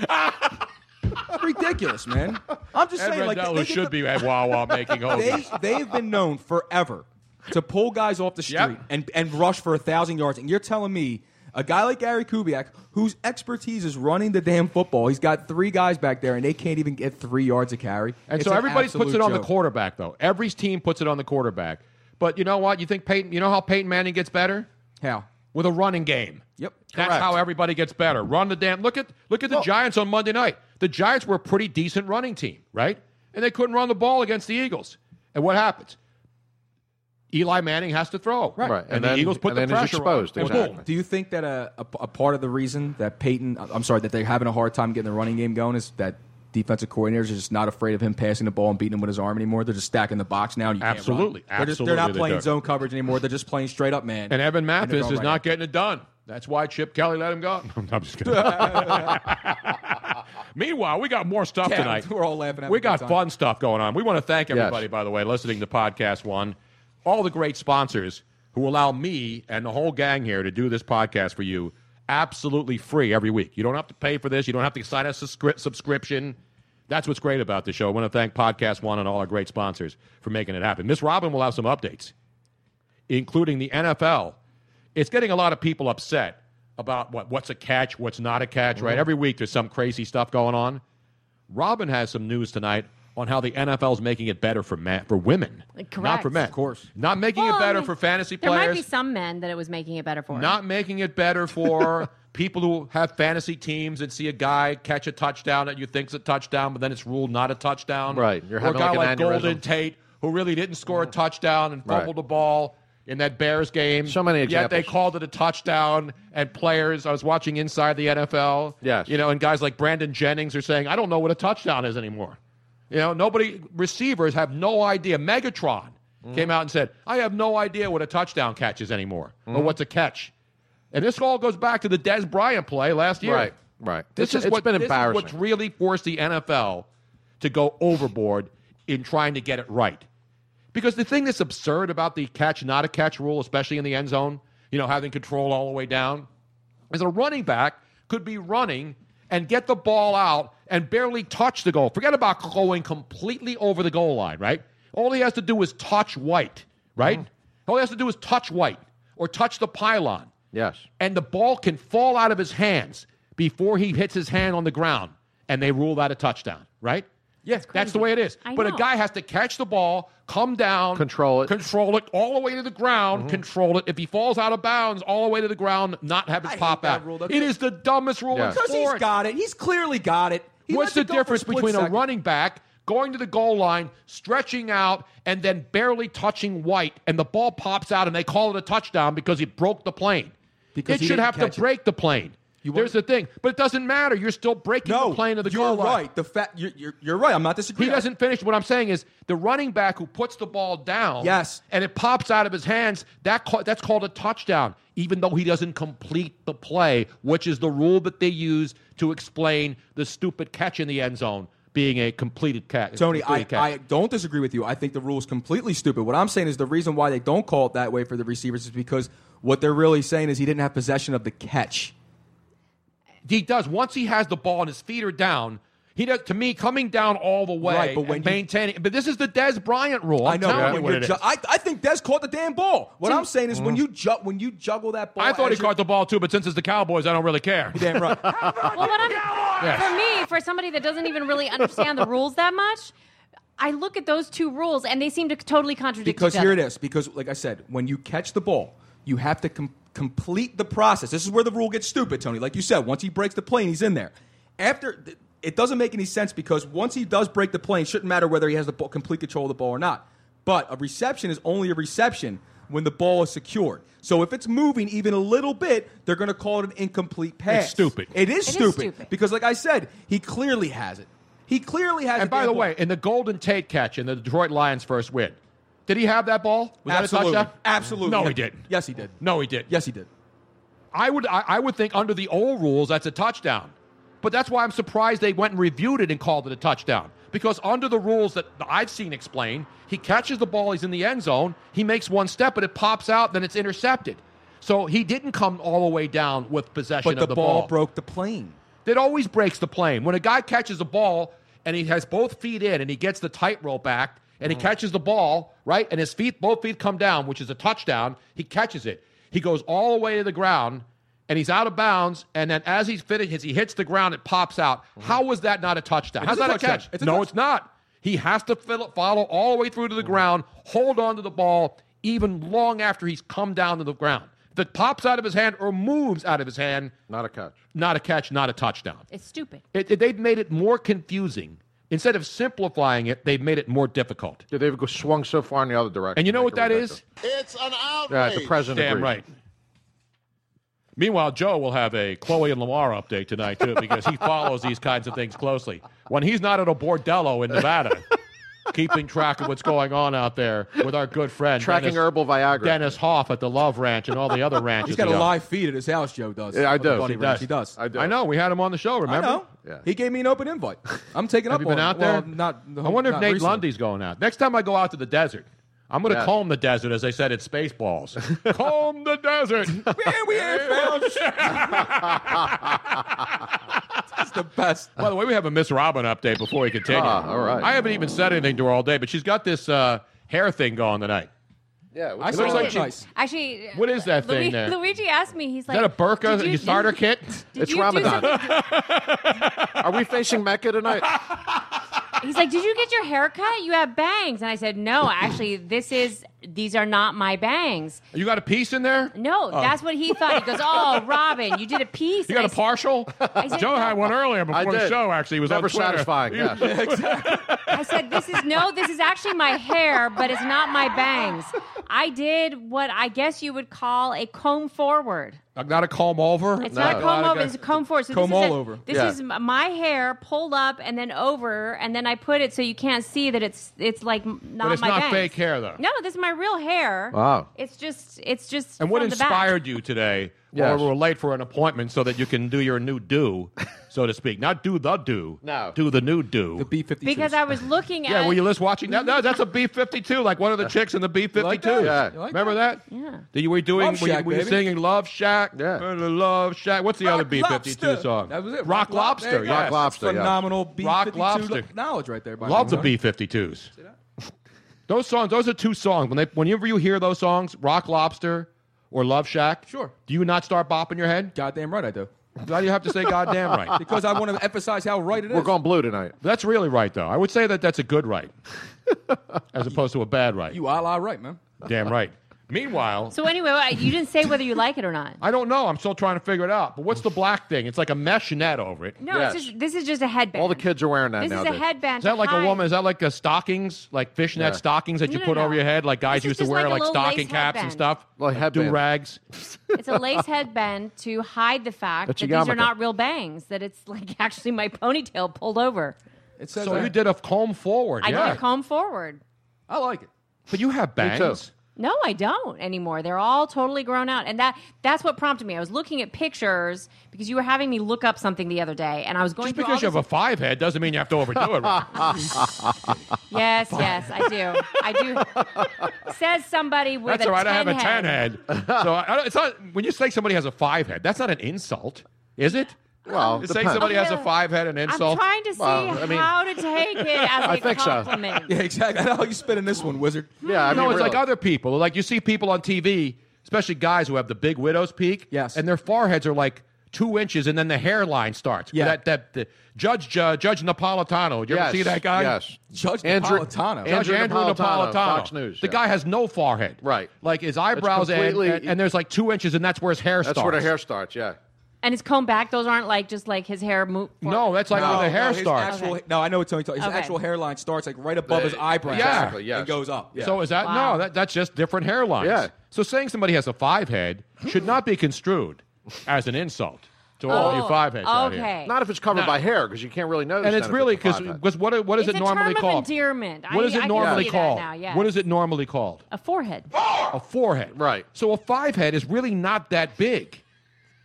K: Ridiculous, man. I'm just
H: Ed
K: saying, like
H: Rendell,
K: they
H: who
K: get
H: should
K: the-
H: be at Wawa making
K: they,
H: hoagies.
K: they have been known forever to pull guys off the street and, and rush for a thousand yards. And you're telling me a guy like Gary Kubiak, whose expertise is running the damn football, he's got three guys back there and they can't even get three yards of carry.
H: And
K: It's
H: so
K: an
H: everybody puts
K: absolute
H: it on the
K: joke.
H: quarterback, though. Every team puts it on the quarterback. But you know what? You think Peyton? You know how Peyton Manning gets better?
K: How?
H: With a running game.
K: Yep.
H: That's how everybody gets better. Run the damn. Look at look at the Giants on Monday night. The Giants were a pretty decent running team, right? And they couldn't run the ball against the Eagles. And what happens? Eli Manning has to throw. Right. And, the Eagles put the pressure on. him. And boom.
K: Do you think that a, a, a part of the reason that Peyton, uh, I'm sorry, that they're having a hard time getting the running game going is that defensive coordinators are just not afraid of him passing the ball and beating him with his arm anymore? They're just stacking the box now. And you can't run.
H: Absolutely.
K: They're, just- they're
H: Absolutely
K: not
H: they
K: playing
H: do.
K: zone coverage anymore. They're just playing straight up man.
H: And Evan
K: they're
H: Mathis
K: going
H: is
K: right
H: not getting it done. That's why Chip Kelly let him go. I'm just kidding. Meanwhile, we got more stuff
K: Yeah,
H: tonight.
K: we're all laughing at
H: We
K: it all
H: got
K: the time.
H: fun stuff going on. We want to thank everybody, by the way, listening to Podcast One, all the great sponsors who allow me and the whole gang here to do this podcast for you absolutely free every week. You don't have to pay for this, you don't have to sign a subscri- subscription. That's what's great about the show. I want to thank Podcast One and all our great sponsors for making it happen. Miss Robin will have some updates including the NFL. It's getting a lot of people upset about what, what's a catch, what's not a catch, right? Every week there's some crazy stuff going on. Robin has some news tonight on how the NFL's making it better for men, for women, not
J: Correct.
H: for men. Of course, not making
J: Well,
H: it
J: I
H: better
J: mean,
H: for fantasy
J: There might
H: players.
J: be some men that it was making it better for.
H: Not making it better for people who have fantasy teams and see a guy catch a touchdown that you think's a touchdown, but then it's ruled not a touchdown.
I: Right. You're
H: or
I: having
H: a guy
I: like an aneurysm.
H: Golden Tate who really didn't score a touchdown and
I: Right.
H: fumbled the ball in that Bears game. So many Yet they
I: examples.
H: called it a touchdown, and players. I was watching Inside the NFL.
I: Yes.
H: You know, and guys like Brandon Jennings are saying, "I don't know what a touchdown is anymore." You know, nobody receivers have no idea. Megatron
I: Mm-hmm.
H: came out and said, "I have no idea what a touchdown catch is anymore, or
I: Mhm.
H: what's a catch." And this all goes back to the Des Bryant play last year.
I: Right, right.
H: This
I: It's-
H: is
I: it's
H: what
I: been
H: this is what's
I: embarrassing.
H: really forced the NFL to go overboard in trying to get it right. Because the thing that's absurd about the catch not a catch rule, especially in the end zone, you know, having control all the way down, is a running back could be running and get the ball out and barely touch the goal. Forget about going completely over the goal line, right? All he has to do is touch white, right? All he has to do is touch white or touch the pylon.
I: Yes.
H: And the ball can fall out of his hands before he hits his hand on the ground, and they rule that a touchdown, right? Yes, that's the way it is.
I: I
H: but
I: know.
H: a guy has to catch the ball, come down, control it, Mm-hmm. control it all the way to the ground, control it. If he falls out of bounds, all the way to the ground, not have it pop
K: that
H: out.
K: rule. That's
H: It
K: it.
H: is the dumbest rule in
K: Because he's
H: sports.
K: got it. He's clearly got it. He
H: What's the
K: lets it go for
H: difference
K: split
H: between a
K: second.
H: running back going to the goal line, stretching out, and then barely touching white, and the ball pops out, and they call it a touchdown because he broke the plane?
K: Because
H: it
K: he
H: should
K: didn't
H: have to
K: catch it.
H: break the plane. There's the thing, but it doesn't matter. You're still breaking the plane of the
K: You're
H: goal line.
K: right. The fact you're, you're, you're right. I'm not disagreeing.
H: He doesn't finish. What I'm saying is the running back who puts the ball down,
K: Yes.
H: and it pops out of his hands. That ca- that's called a touchdown, even though he doesn't complete the play, which is the rule that they use to explain the stupid catch in the end zone being a completed catch.
K: Tony, I,
H: completed catch.
K: I don't disagree with you. I think the rule is completely stupid. What I'm saying is the reason why they don't call it that way for the receivers is because what they're really saying is he didn't have possession of the catch.
H: he does once he has the ball and his feet are down. He does to me coming down all the way,
K: Right, but when
H: and
K: you-
H: maintaining. But this is the Des Bryant rule. I'm
K: I know.
H: telling
K: but
H: you
K: when
H: what
K: you're
H: it
K: ju-
H: is.
K: I, I think Des caught the damn ball. What
H: See-
K: I'm saying is when
H: Mm.
K: you ju- when you juggle that ball,
H: I thought he
K: as you-
H: caught the ball too, but since it's the Cowboys, I don't really care.
K: Damn right.
J: Well, what I'm,
H: Yes.
J: for me, for somebody that doesn't even really understand the rules that much, I look at those two rules and they seem to totally contradict
K: because
J: each other.
K: here it is. Because like I said, when you catch the ball, you have to com- complete the process. This is where the rule gets stupid, Tony. Like you said, once he breaks the plane, he's in there. After th- it doesn't make any sense because once he does break the plane, it shouldn't matter whether he has the ball, complete control of the ball or not. But a reception is only a reception when the ball is secured. So if it's moving even a little bit, they're going to call it an incomplete pass.
H: stupid.
K: It is
H: It is
K: stupid,
H: stupid.
K: because, like I said, he clearly has it. He clearly has.
H: And by the way, in the Golden Tate catch in the Detroit Lions first win, did he have that ball? Was
K: absolutely,
H: that a touchdown?
K: absolutely.
H: No, he didn't.
K: Yes, he did.
H: No, he did.
K: Yes, he did.
H: I would, I, I would think under the old rules that's a touchdown, but that's why I'm surprised they went and reviewed it and called it a touchdown. Because under the rules that I've seen explained, he catches the ball, he's in the end zone, he makes one step, but it pops out, then it's intercepted. So he didn't come all the way down with possession
K: But
H: of
K: the,
H: the
K: ball,
H: ball.
K: broke the plane.
H: It always breaks the plane. When a guy catches a ball and he has both feet in and he gets the tightrope back and
K: Mm.
H: he catches the ball, right? And his feet, both feet come down, which is a touchdown. He catches it. He goes all the way to the ground and he's out of bounds. And then as he's finished, as he hits the ground, it pops out. How was that not a touchdown?
K: Mm. It
H: How's
K: is a
H: that a
K: touchdown.
H: catch?
K: It's a
H: no,
K: touch-
H: it's not. He has to fill, follow all the way through to the ground, hold on to the ball, even long after he's come down to the ground. If it pops out of his hand or moves out of his hand,
I: Not a catch.
H: not a catch, not a touchdown.
J: It's stupid.
H: It, it- they've made it more confusing. Instead of simplifying it, they've made it more difficult.
I: Yeah, they've go- swung so far in the other direction.
H: And you know what that is?
L: It's an outrage.
I: Yeah, Uh, the president
H: Damn
I: agrees.
H: right. Meanwhile, Joe will have a Chloe and Lamar update tonight, too, because he follows these kinds of things closely. When he's not at a bordello in Nevada, keeping track of what's going on out there with our good friend
I: Tracking
H: Dennis,
I: herbal Viagra.
H: Dennis Hoff at the Love Ranch and all the other ranches.
K: He's got
H: we
K: a
H: own.
K: live feed at his house, Joe does.
H: Yeah, I
K: Of the
H: do.
K: Bunny
H: He
K: Ranch.
H: does.
K: He does.
H: I do. I know. We had him on the show, remember?
K: I know.
H: Yeah.
K: He gave me an open invite. I'm taking
H: Have
K: up
H: you
K: on
H: been
K: it.
H: out
K: Well,
H: there?
K: not,
H: I wonder if
K: not
H: Nate
K: recently.
H: Lundy's going out. Next time I go out to the desert, I'm going to
K: Yeah.
H: comb the desert, as they said at Spaceballs. comb the desert.
K: we ain't found shit. That's the best.
H: By the way, we have a Miss Robin update before we continue.
I: Ah, all right.
H: I haven't even said anything to her all day, but she's got this uh, hair thing going tonight.
I: Yeah,
H: I saw that. Nice.
J: Actually,
H: What is that thing
J: Luigi,
H: there?
J: Luigi asked me. He's
H: Is
J: like,
H: that a burqa?
J: "Did you
H: Your starter
J: do-
H: kit?
J: Did you do something-
I: Are we facing Mecca tonight?
J: He's like, "Did you get your hair cut? You have bangs." And I said, "No, actually, this is these are not my bangs."
H: You got a piece in there?
J: No,
H: Oh.
J: that's what he thought. He goes, "Oh, Robin, you did a piece."
H: You
J: And
H: got
J: I
H: a
J: said-
H: partial?
J: I said,
H: Joe had one earlier
I: I
H: before the
I: did.
H: show. Actually, he was
I: Never
H: on Twitter.
I: satisfying,
H: He-
I: yeah. Yeah,
J: I said, "This is no, this is actually my hair, but it's not my bangs. I did what I guess you would call a comb forward.
H: Not a comb over.
J: It's not a comb over; it's a comb forward. So
H: Comb
J: this is
H: all
J: a-
H: over.
J: This
H: Yeah.
J: is m- my hair pulled up and then over, and then I put it so you can't see that it's it's like m- not
H: But it's
J: my
H: not
J: bangs.
H: fake hair, though.
J: No, this is my real hair.
H: Wow.
J: It's just it's just.
H: And what
J: from the back.
H: inspired you today?
I: Yes.
H: Or we're late for an appointment so that you can do your new do, so to speak. Not do the do.
I: No.
H: Do the new do. The B fifty
J: Because I was looking at.
H: Yeah, were you just watching that? No, that's a B fifty two, like one of the chicks in the B fifty two.
I: that?
J: You like
H: Remember that?
J: Yeah.
H: Did you were you doing
I: Love
H: were you-
I: Shack,
H: were you
I: baby.
H: singing Love Shack? Yeah. Love Shack. What's the other B fifty
K: Lobster.
H: two song?
K: That was it.
H: Rock, Lobster.
K: There you go.
H: yes.
K: That's Phenomenal B52
H: Rock Lobster.
K: knowledge right there. By
H: Loves
K: the
H: the
K: way.
H: B fifty twos. Those songs, those are two songs. When they whenever you hear those songs, Rock Lobster or Love Shack,
K: Sure.
H: do you not start bopping your head?
K: Goddamn right I do.
H: Why do you have to say goddamn right?
K: because I want to emphasize how right it is.
H: We're going blue tonight. That's really right, though. I would say that that's a good right, as opposed to a bad right.
K: You all are right, man.
H: Damn right. Meanwhile,
J: So anyway, I- you didn't say whether you like it or not.
H: I don't know. I'm still trying to figure it out. But what's the black thing? It's like a mesh net over it.
J: No, it's just, this is just a headband.
H: all the kids are wearing
J: that This is a nowadays. headband
H: Is that like a
J: behind-
H: woman? Is that like a stockings, like fishnet
I: Yeah.
H: stockings that you
J: No,
H: put
J: no,
H: over
J: no.
H: your head, like guys
J: This is
H: used to
J: just
H: wear,
J: like a
H: like,
J: little lace
H: stocking caps and
J: headband.
H: stuff, like, do
I: headband.
H: rags.
J: It's a lace headband to hide the fact
H: That's
J: that
H: a
J: these are
H: yarmulke.
J: not real bangs. That it's like actually my ponytail pulled over.
K: It
H: So you did a comb forward.
J: I
H: yeah.
J: did a comb forward.
K: I like it.
H: But you have
I: Me too.
H: bangs.
J: No, I don't anymore. They're all totally grown out, and that—that's what prompted me. I was looking at pictures because you were having me look up something the other day, and I was going
H: Just
J: through
H: because you
J: all
H: have a five head doesn't mean you have to overdo it. Rob.
J: this- Yes, yes, I do. I do. Says somebody with
H: That's
J: a
H: all right. I have a
J: 10
H: ten head. so I, I don't- it's not when you say somebody has a five head. That's not an insult, is it?
I: Well,
H: Is saying
I: depends.
H: somebody has a
J: Okay.
H: five head an insult.
J: I'm trying to see
I: Well, I mean-
J: how to take it as a
I: I think so.
J: compliment.
K: Yeah, exactly. How you spinning this one, wizard?
I: Yeah, I
H: no,
I: mean,
H: it's
I: really.
H: like other people. Like you see people on TV, especially guys who have the big widow's peak. Yes, and their foreheads are like two inches, and then the hairline starts.
I: Yeah.
H: that that the, Judge uh, Judge Napolitano. You
I: yes.
H: ever see that guy?
I: Yes.
K: Judge
I: Andrew,
K: Napolitano.
H: Judge
I: Andrew,
H: Andrew Napolitano.
I: Napolitano, Fox News.
H: The
I: yeah.
H: guy has no forehead. Right. Like his eyebrows end,
I: completely-
H: and, and there's like two inches, and that's where his hair
I: That's
H: starts.
I: where the hair starts. Yeah.
J: And his comb back; those aren't like just like his hair move.
H: No, that's like where the hair
K: his
H: starts.
K: actual- no, I know what Tony talking. His
J: Okay.
K: actual hairline starts like right above his eyebrow.
H: Exactly, yes.
K: And goes up. Yeah.
H: So is that no? That, that's just different hairlines.
I: Yeah.
H: So saying somebody has a five head should not be construed as an insult to all you
I: Oh,
H: five heads out here.
J: okay.
I: Not if it's covered
H: No.
I: by hair because you can't really notice.
H: And it's
I: that if
H: really
I: a five
H: because
I: head.
H: because what what is
J: it's
H: it
J: a
H: normally
J: term
H: called?
J: Of endearment.
H: what
J: I,
H: is
J: I
H: it
J: can
H: normally
J: see that
H: called?
J: now, yes.
H: What is it normally called?
J: A forehead.
H: A forehead. Right. So a five head is really not that big.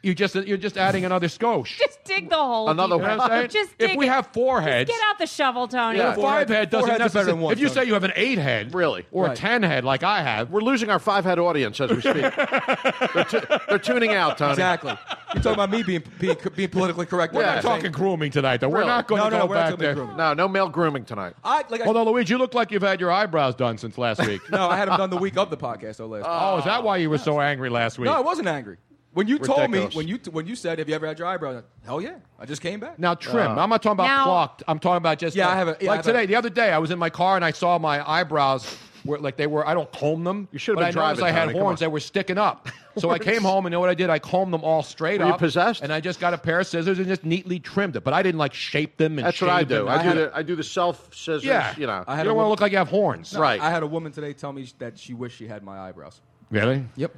H: You just you're just adding another skosh.
J: Just dig the hole.
H: Another
J: deeper.
H: one. You know what I'm saying?
J: Just
H: If
J: dig
H: we
J: it.
H: have four
J: Just
H: heads-
J: get out the shovel, Tony.
H: Yeah, five head doesn't
I: Four heads is better
H: necessarily.
I: than one,
H: if you
I: Tony.
H: say you have an eight head, really, or a
I: Right.
H: ten head like I have,
I: We're losing our five head audience as we speak. they're, tu- they're tuning out, Tony.
K: Exactly. You're talking about me being being, being politically correct.
H: We're
K: Yeah.
H: not talking grooming tonight, though. We're
K: Really?
H: not going
K: No,
H: to
K: no,
H: go
K: we're not
H: back
K: talking
H: there.
K: about
I: No, no male grooming tonight.
K: I like. I,
H: Although Luigi, you look like you've had your eyebrows done since last week.
K: no, I had him done the week of the podcast. though last.
H: Oh, is that why you were so angry last week?
K: No, I wasn't angry. When you told me,
H: Ridiculous.
K: when you when you said, "Have you ever had your eyebrows?" done?" Hell yeah, I just came back.
H: Now trim.
K: Uh,
H: I'm not talking about
K: Now-
H: plucked. I'm talking about just
K: Yeah,
H: like,
K: I have a-
H: like
K: yeah, I have a-
H: today. the other day, I was in my car and I saw my eyebrows were like they were. I don't comb them. You
I: have
H: should
I: been
H: I noticed
I: driving,
H: I had
I: Tony, come
H: horns.
I: on.
H: They were sticking up. So I came home and you know what I did? I combed them all straight
I: Were you
H: up. possessed? And I just got a pair of scissors and just neatly trimmed it. But I didn't like shape them. And
I: That's what I
H: shave
I: do.
H: them.
I: I do,
H: had
I: the, I do the self scissors.
H: Yeah.
I: You know,
H: I had You don't a wanna wo- look like you have horns.
K: No,
I: right.
K: I had a woman today tell me that she wished she had my eyebrows.
H: Really? Yep.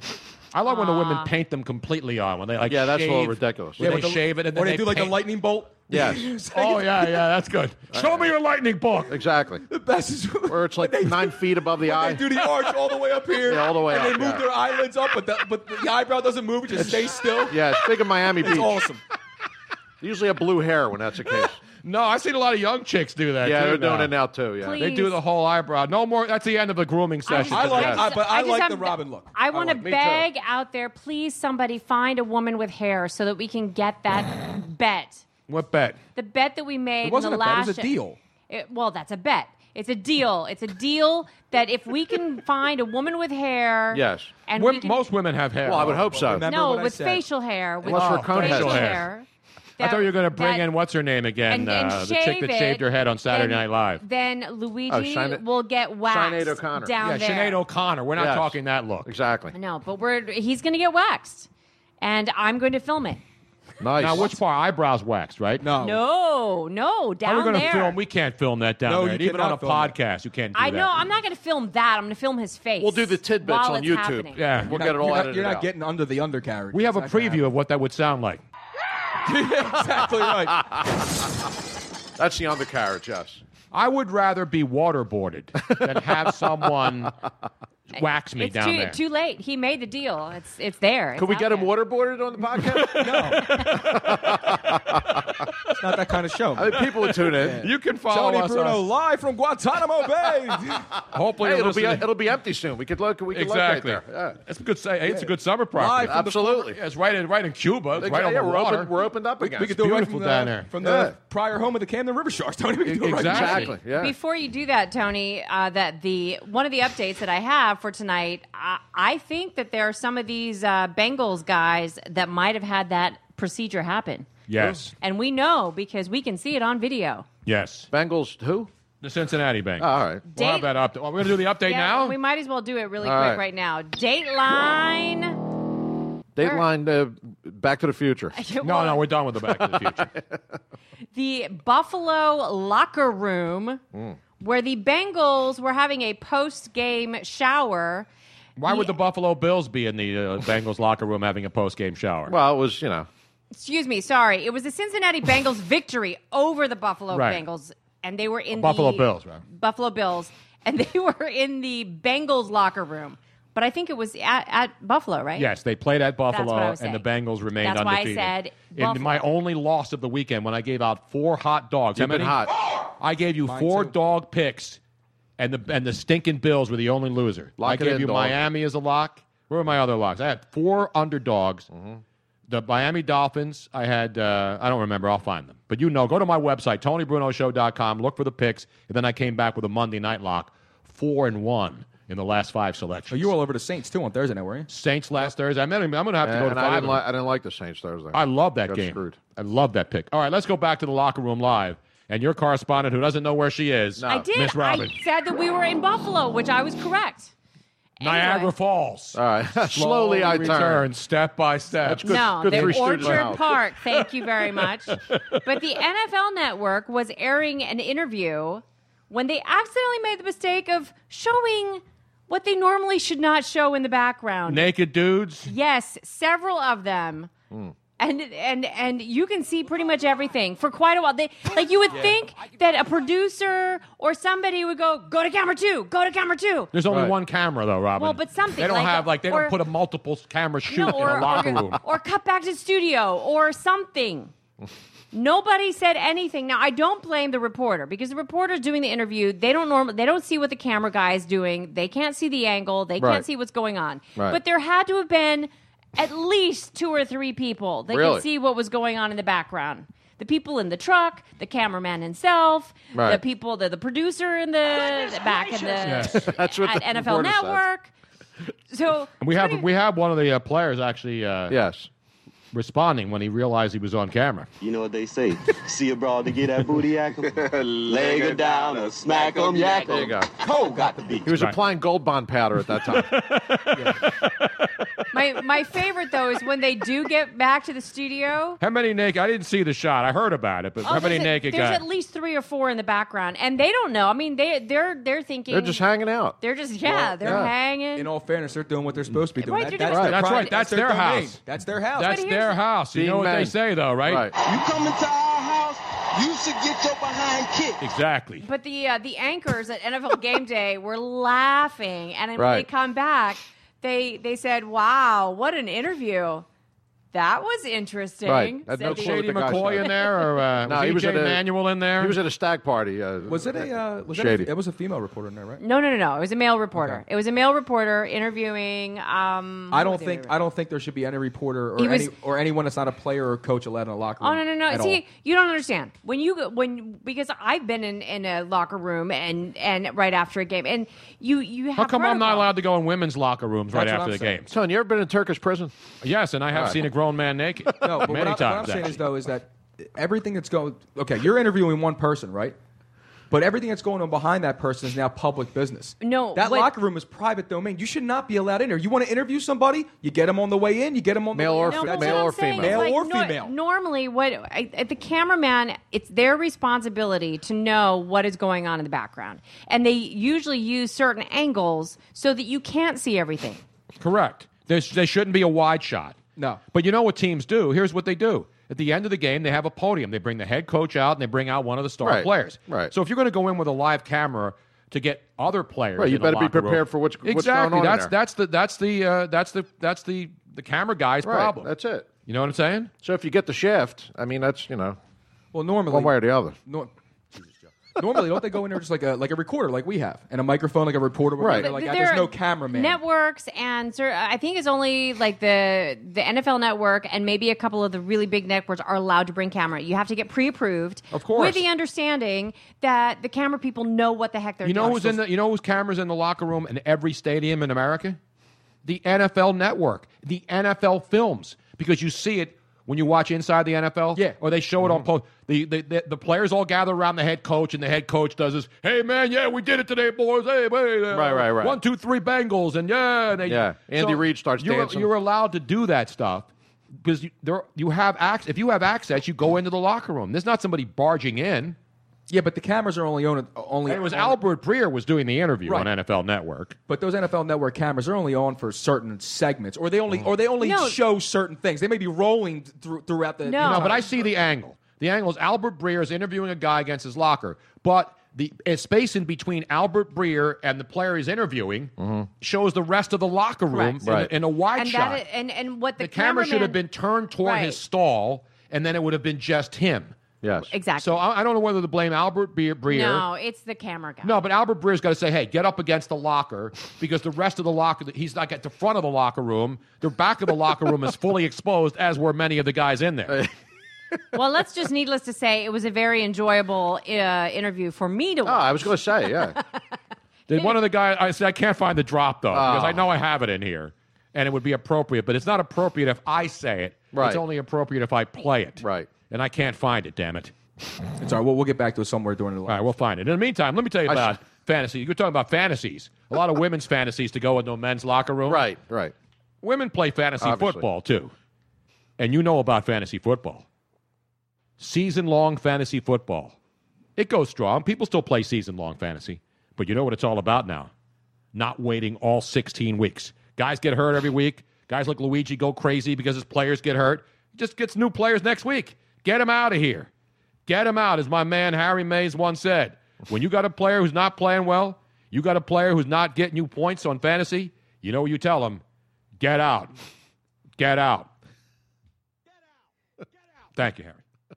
H: I like when the women
K: Ah.
H: paint them completely on when they like.
I: Yeah, that's a little
H: shave-
I: ridiculous.
H: When
I: Yeah,
H: they
I: with the-
H: shave it and then
K: or they, do like
H: paint-
K: the lightning bolt.
I: Yes.
H: Oh yeah, yeah, that's good. Show me your lightning bolt.
I: Exactly. The
K: best is
I: where it's like nine feet above the eye.
K: They do the arch all the way up here.
I: Yeah, all the way
K: and
I: up,
K: they move
I: yeah.
K: their eyelids up, but the, but the eyebrow doesn't move. It just stays still.
I: Yeah, it's big in Miami
K: It's
I: Beach.
K: awesome.
I: Usually a blue hair when that's the case.
H: No, I've seen a lot of young chicks do that.
I: Yeah,
H: too
I: they're doing
H: now.
I: it now too. Yeah,
H: They do the whole eyebrow. No more. That's the end of the grooming session.
K: I like- I- but I
J: just
K: like
J: have-
K: the Robin look.
J: I want to
H: like- me too.
J: beg out there, please, somebody find a woman with hair so that we can get that bet.
H: What bet?
J: The bet that we made.
H: It wasn't
J: in
H: a
J: the
H: bet, it
J: last
H: was a deal.
J: It- well, that's a bet. It's a deal. It's a deal that if we can find a woman with hair,
H: Yes.
J: and
H: Wom-
J: we can-
H: most women have hair.
I: Well, I would hope so.
J: no, with facial hair, with
I: Unless her cone has
J: facial
I: hair.
J: hair.
H: I thought you were going to bring
J: that-
H: in what's her name again,
J: and- and
H: uh, the chick
J: shave
H: that shaved
J: it,
H: her head on Saturday
J: then-
H: Night Live.
J: Then Luigi
H: Oh, Shine-
J: will get waxed down
H: yeah, Sinead
J: there.
H: O'Connor. We're not
I: Yes.
H: talking that look. Exactly.
J: No, but we're he's going to get waxed, and I'm going to film it.
H: Nice. Now, which part? Eyebrows waxed, right? No.
J: No, no,
H: Oh. How are we
J: down
H: going to
J: there.
H: film? We can't film that down
I: No,
H: there.
I: you
H: Even on
I: cannot
H: a
I: film that.
H: podcast, you can't do
J: I
H: that.
J: know. I'm not going to film that. I'm going to film his face.
I: We'll do the tidbits
J: while
I: on
J: it's
I: YouTube.
J: happening.
H: Yeah, we'll get it all
K: you're
H: edited
K: Not, you're not
H: out.
K: getting under the undercarriage.
H: we have a
K: It's not gonna
H: preview of what that would sound like.
K: exactly
I: right. That's the undercarriage, yes.
H: I would rather be waterboarded than have someone wax me
J: It's
H: down
J: too,
H: there.
J: too late. He made the deal. It's it's there. It's
I: Could we
J: out
I: get him
J: there.
I: waterboarded on the podcast?
K: happen. It's not that kind of show.
I: I mean, people would tune in. You can follow
K: Tony
I: us
H: uh,
K: Bruno
I: on-
K: live from Guantanamo Bay.
H: Hopefully,
I: Hey,
H: you're
I: it'll be uh,
H: listening.
I: it'll be empty soon. We could look. We could
H: exactly.
I: locate there. Yeah.
H: It's a good. Say, It's a
I: Yeah.
H: good summer
I: Live
H: property.
I: from the Absolutely.
H: Yeah, it's right in right in Cuba. It's
I: Exa-
H: right on
I: yeah,
H: the
I: we're
H: water.
I: open- we're opened up
K: We,
I: again.
K: we could
I: It's
K: do it right
H: beautiful
K: from
H: down
K: the,
H: there.
K: from the
H: Yeah.
K: prior home of the Camden River Sharks. Tony, we could do it right from there.
H: Exactly. Yeah.
J: Before you do that, Tony, uh, that the one of the updates that I have for tonight, I, I think that there are some of these uh, Bengals guys that might have had that procedure happen.
H: Yes.
J: and we know because we can see it on video.
H: Yes.
I: Bengals who? Ah,
H: The Cincinnati Bengals.
I: all right.
H: We'll have that update. Are we going to do the update
J: yeah,
H: now?
J: we might as well do it really
I: All
J: quick
I: right.
J: right now. Dateline.
I: Dateline uh, Back to the Future.
H: No, no, we're done with the Back to the Future.
J: the Buffalo locker room
I: Mm.
J: where the Bengals were having a post game shower.
H: Why would the Buffalo Bills be in the uh, Bengals locker room having a post game shower?
I: Well, it was you know.
J: Excuse me, sorry. It was the Cincinnati Bengals victory over the Buffalo
H: Right.
J: Bengals, and they were in
H: Buffalo
J: the
H: Bills, right?
J: Buffalo Bills, and they were in the Bengals locker room. But I think it was at, at Buffalo, right?
H: Yes, they played at
J: what I
H: Buffalo,
J: was
H: and the
J: saying.
H: Bengals remained
J: That's why I
H: undefeated.
J: said
H: in my only loss of the weekend, when I gave out four hot dogs,
I: You've
H: how
I: been
H: many?
I: hot.
H: I gave you
I: Mine
H: four
I: too.
H: dog picks, and the and the stinking Bills were the only loser.
I: Lock
H: I
I: it
H: gave
I: in,
H: you
I: dog.
H: Miami as a lock. Where were my other locks? I had four underdogs.
I: Mm-hmm.
H: The Miami Dolphins. I had. Uh, I don't remember. I'll find them. But you know, go to my website, TonyBrunoShow.com. Look for the picks, and then I came back with a Monday night lock, four and one in the last five selections.
K: Oh, you were all over the Saints too on Thursday night, were you?
H: Saints last Thursday. I'm gonna, I'm gonna have to
I: and,
H: go
I: and
H: to five.
I: I
H: of
I: didn't,
H: them.
I: like, I didn't like the Saints Thursday.
H: I love that
I: Got
H: game.
I: screwed.
H: I love that pick. All right, let's go back to the locker room live. And your correspondent, who doesn't know where she is,
J: I did.
H: Miss Robin,
J: I said that we were in Buffalo, which I was correct.
H: Niagara Falls.
I: All right, slowly I
H: return,
I: turn.
H: step by step. That's
J: no, they're Orchard Park. Thank you very much. but the NFL Network was airing an interview when they accidentally made the mistake of showing what they normally should not show in the background.
H: Naked dudes.
J: Yes, several of them.
I: Hmm.
J: And, and and you can see pretty much everything for quite a while. They like you would
H: Yeah.
J: think that a producer or somebody would go, go to camera two, go to camera two.
H: There's only
J: Right.
H: one camera though, Robin.
J: Well, but something
H: they don't
J: like
H: have
J: a-
H: like they
J: or-
H: don't put a multiple camera shoot
J: No,
H: in a locker room.
J: or cut back to studio or something. Nobody said anything. Now I don't blame the reporter because the reporter's doing the interview. They don't normally they don't see what the camera guy is doing. They can't see the angle. They
O: Right.
J: can't see what's going on.
O: Right.
J: But there had to have been at least two or three people that
O: Really?
J: could see what was going on in the background. The people in the truck, the cameraman himself,
I: Right.
J: the people, the, the producer in the, the back in the
I: That's what
J: at
I: the
J: NFL
I: reporter said.
J: Network. So
H: And we have we have one of the uh, players actually. Uh,
I: yes.
H: Responding when he realized he was on camera.
P: You know what they say. See a broad to get that booty ackle. Leg her down or smack 'em, yak 'em.
I: There you go.
P: Cole got the beat.
I: He was applying gold bond powder at that time.
J: my my favorite though is when they do get back to the studio.
H: How many naked? I didn't see the shot. I heard about it, but how
J: oh,
H: many
J: there's a-
H: naked
J: There's
H: guys?
J: at least three or four in the background, and they don't know. I mean, they they're they're thinking
I: They're just hanging out.
J: They're just yeah,
K: Well,
J: they're
K: yeah.
J: hanging.
K: In all fairness, they're doing what they're supposed to be doing.
J: Right,
K: That-
J: they're
K: that's,
J: just-
K: their
H: That's
K: private-
H: right, that's their
K: domain.
H: house.
K: That's their house.
H: That's their house. You
K: Being
H: know what they
K: men.
H: say, though, right?
P: You coming to our house, you should get your behind kicked.
H: Exactly.
J: But the uh, the anchors at NFL Game Day were laughing, and then when they
H: Right.
J: come back, they they said, "Wow, what an interview! That was interesting."
I: Had
J: said
I: no
J: the-
I: clue what
H: Shady
I: the guy
H: McCoy
I: said.
H: in there, or, uh, was E.J.
I: at
H: Manuel in there?
I: He was at a stag party. Uh,
K: Was it a uh, was that
I: Shady.
K: a, it was a female reporter in there, right?
J: No, no, no, no. It was a male reporter. It was a male reporter interviewing. Um,
K: I
J: who
K: don't
J: was it?
K: think I don't think there should be any reporter or
J: He was-
K: any or anyone that's not a player or coach allowed in a locker room.
J: Oh no no
K: at all.
J: no! See, you don't understand when you go when because I've been in, in a locker room and and right after a game and you you have
H: How come I'm
J: protocol.
H: not allowed to go in women's locker rooms right
I: That's what
H: after
I: I'm
H: the
I: saying.
H: games?
I: Son, you ever been in Turkish prison?
H: Yes, and I have
I: All right.
H: seen a grown man naked
K: No, but
H: many
K: what, I,
H: times.
K: am saying
H: actually.
K: is though is that everything that's going. Okay, you're interviewing one person, right? But everything that's going on behind that person is now public business.
J: No,
K: that
J: what-
K: locker room is private domain. You should not be allowed in there. You want to interview somebody, you get them on the way in, you get them on the way
J: No,
K: out.
J: but
K: That's
J: what
K: it.
J: I'm saying is,
K: male
J: like,
K: or
J: nor-
K: female.
J: normally, what I, I- the cameraman, it's their responsibility to know what is going on in the background, and they usually use certain angles so that you can't see everything.
H: Correct. There's, there shouldn't be a wide shot. No. But you know what teams do? Here's what they do. At the end of the game, they have a podium. They bring the head coach out and they bring out one of the star
I: Right.
H: players.
I: Right.
H: So if you're going to go in with a live camera to get other players,
I: Right, you
H: in the
I: better be
H: locker room-
I: prepared for what's- what's
H: exactly.
I: going on in there.
H: That's that's the that's the uh, that's the that's the the camera guy's
I: Right,
H: problem.
I: That's it.
H: You know what I'm saying?
I: So if you get the shift, I mean, that's you know,
K: well, normally
I: one way or the other.
K: Nor- normally, don't they go in there just like a like a recorder, like we have, and a microphone, like a reporter, would go in there
J: But
K: Like
J: there
K: that. there's
J: are
K: no cameraman.
J: Networks and cer- I think it's only like the the NFL network and maybe a couple of the really big networks are allowed to bring camera. You have to get pre-approved, of
H: course.
J: with the understanding that the camera people know what the heck they're
H: You know
J: doing.
H: who's in the you know whose cameras in the locker room in every stadium in America? The NFL Network, the NFL films, because you see it when you watch Inside the NFL. Yeah, or they show it
I: Mm-hmm.
H: on post. The, the the the players all gather around the head coach, and the head coach does this. Hey man, yeah, we did it today, boys. Hey, hey uh,
I: Right, right, right.
H: One, two, three, Bengals, and yeah, and they,
I: Yeah. Andy Reid starts
H: you're,
I: dancing.
H: You're allowed to do that stuff because you, there you have access. If you have access, you go into the locker room. There's not somebody barging in.
K: Yeah, but the cameras are only on. Only
H: it was Albert Breer was doing the interview
K: Right.
H: on NFL Network.
K: But those NFL Network cameras are only on for certain segments, or they only or they only
H: No.
K: show certain things. They may be rolling through, throughout the.
H: No, but I see the angle. The angle is Albert Breer is interviewing a guy against his locker, but the uh, space in between Albert Breer and the player he's interviewing shows the rest of the locker room
J: Correct.
H: in,
J: Right.
H: in a wide
J: and
H: shot.
J: that is- and and what the,
H: the camera should have been turned toward
J: Right.
H: his stall, and then it would have been just him.
I: Yes,
J: Exactly.
H: So I, I don't know whether to blame Albert Breer. Breer.
J: No, it's the camera guy.
H: No, but Albert Breer's got to say, "Hey, get up against the locker," because the rest of the locker, he's not at the front of the locker room. The back of the locker room is fully exposed, as were many of the guys in there.
J: well, let's just needless to say, it was a very enjoyable uh, interview for me to watch.
H: Ah, Oh, I was going to say, yeah. Did one of the guys? I said I can't find the drop though because I know I have it in here, and it would be appropriate, but it's not appropriate if I say it.
I: Right.
H: It's only appropriate if I play it. Right. And I can't find it. Damn it.
K: It's all right. We'll, we'll get back to it somewhere during the. All
H: right, we'll find it. In the meantime, let me tell you about fantasy. You're talking about fantasies. A lot of women's fantasies to go into a men's locker room. Right.
I: Right.
H: Women play fantasy
I: Obviously.
H: football too. And you know about fantasy football. Season long fantasy football. It goes strong. People still play season long fantasy. But you know what it's all about now? Not waiting all 16 weeks. Guys get hurt every week. Guys like Luigi go crazy because his players get hurt. He just gets new players next week. Get him out of here. Get him out, as my man Harry Mays once said. When you got a player who's not playing well, you got a player who's not getting you points on fantasy, you know what you tell him? Get out. Get out. Thank you, Harry.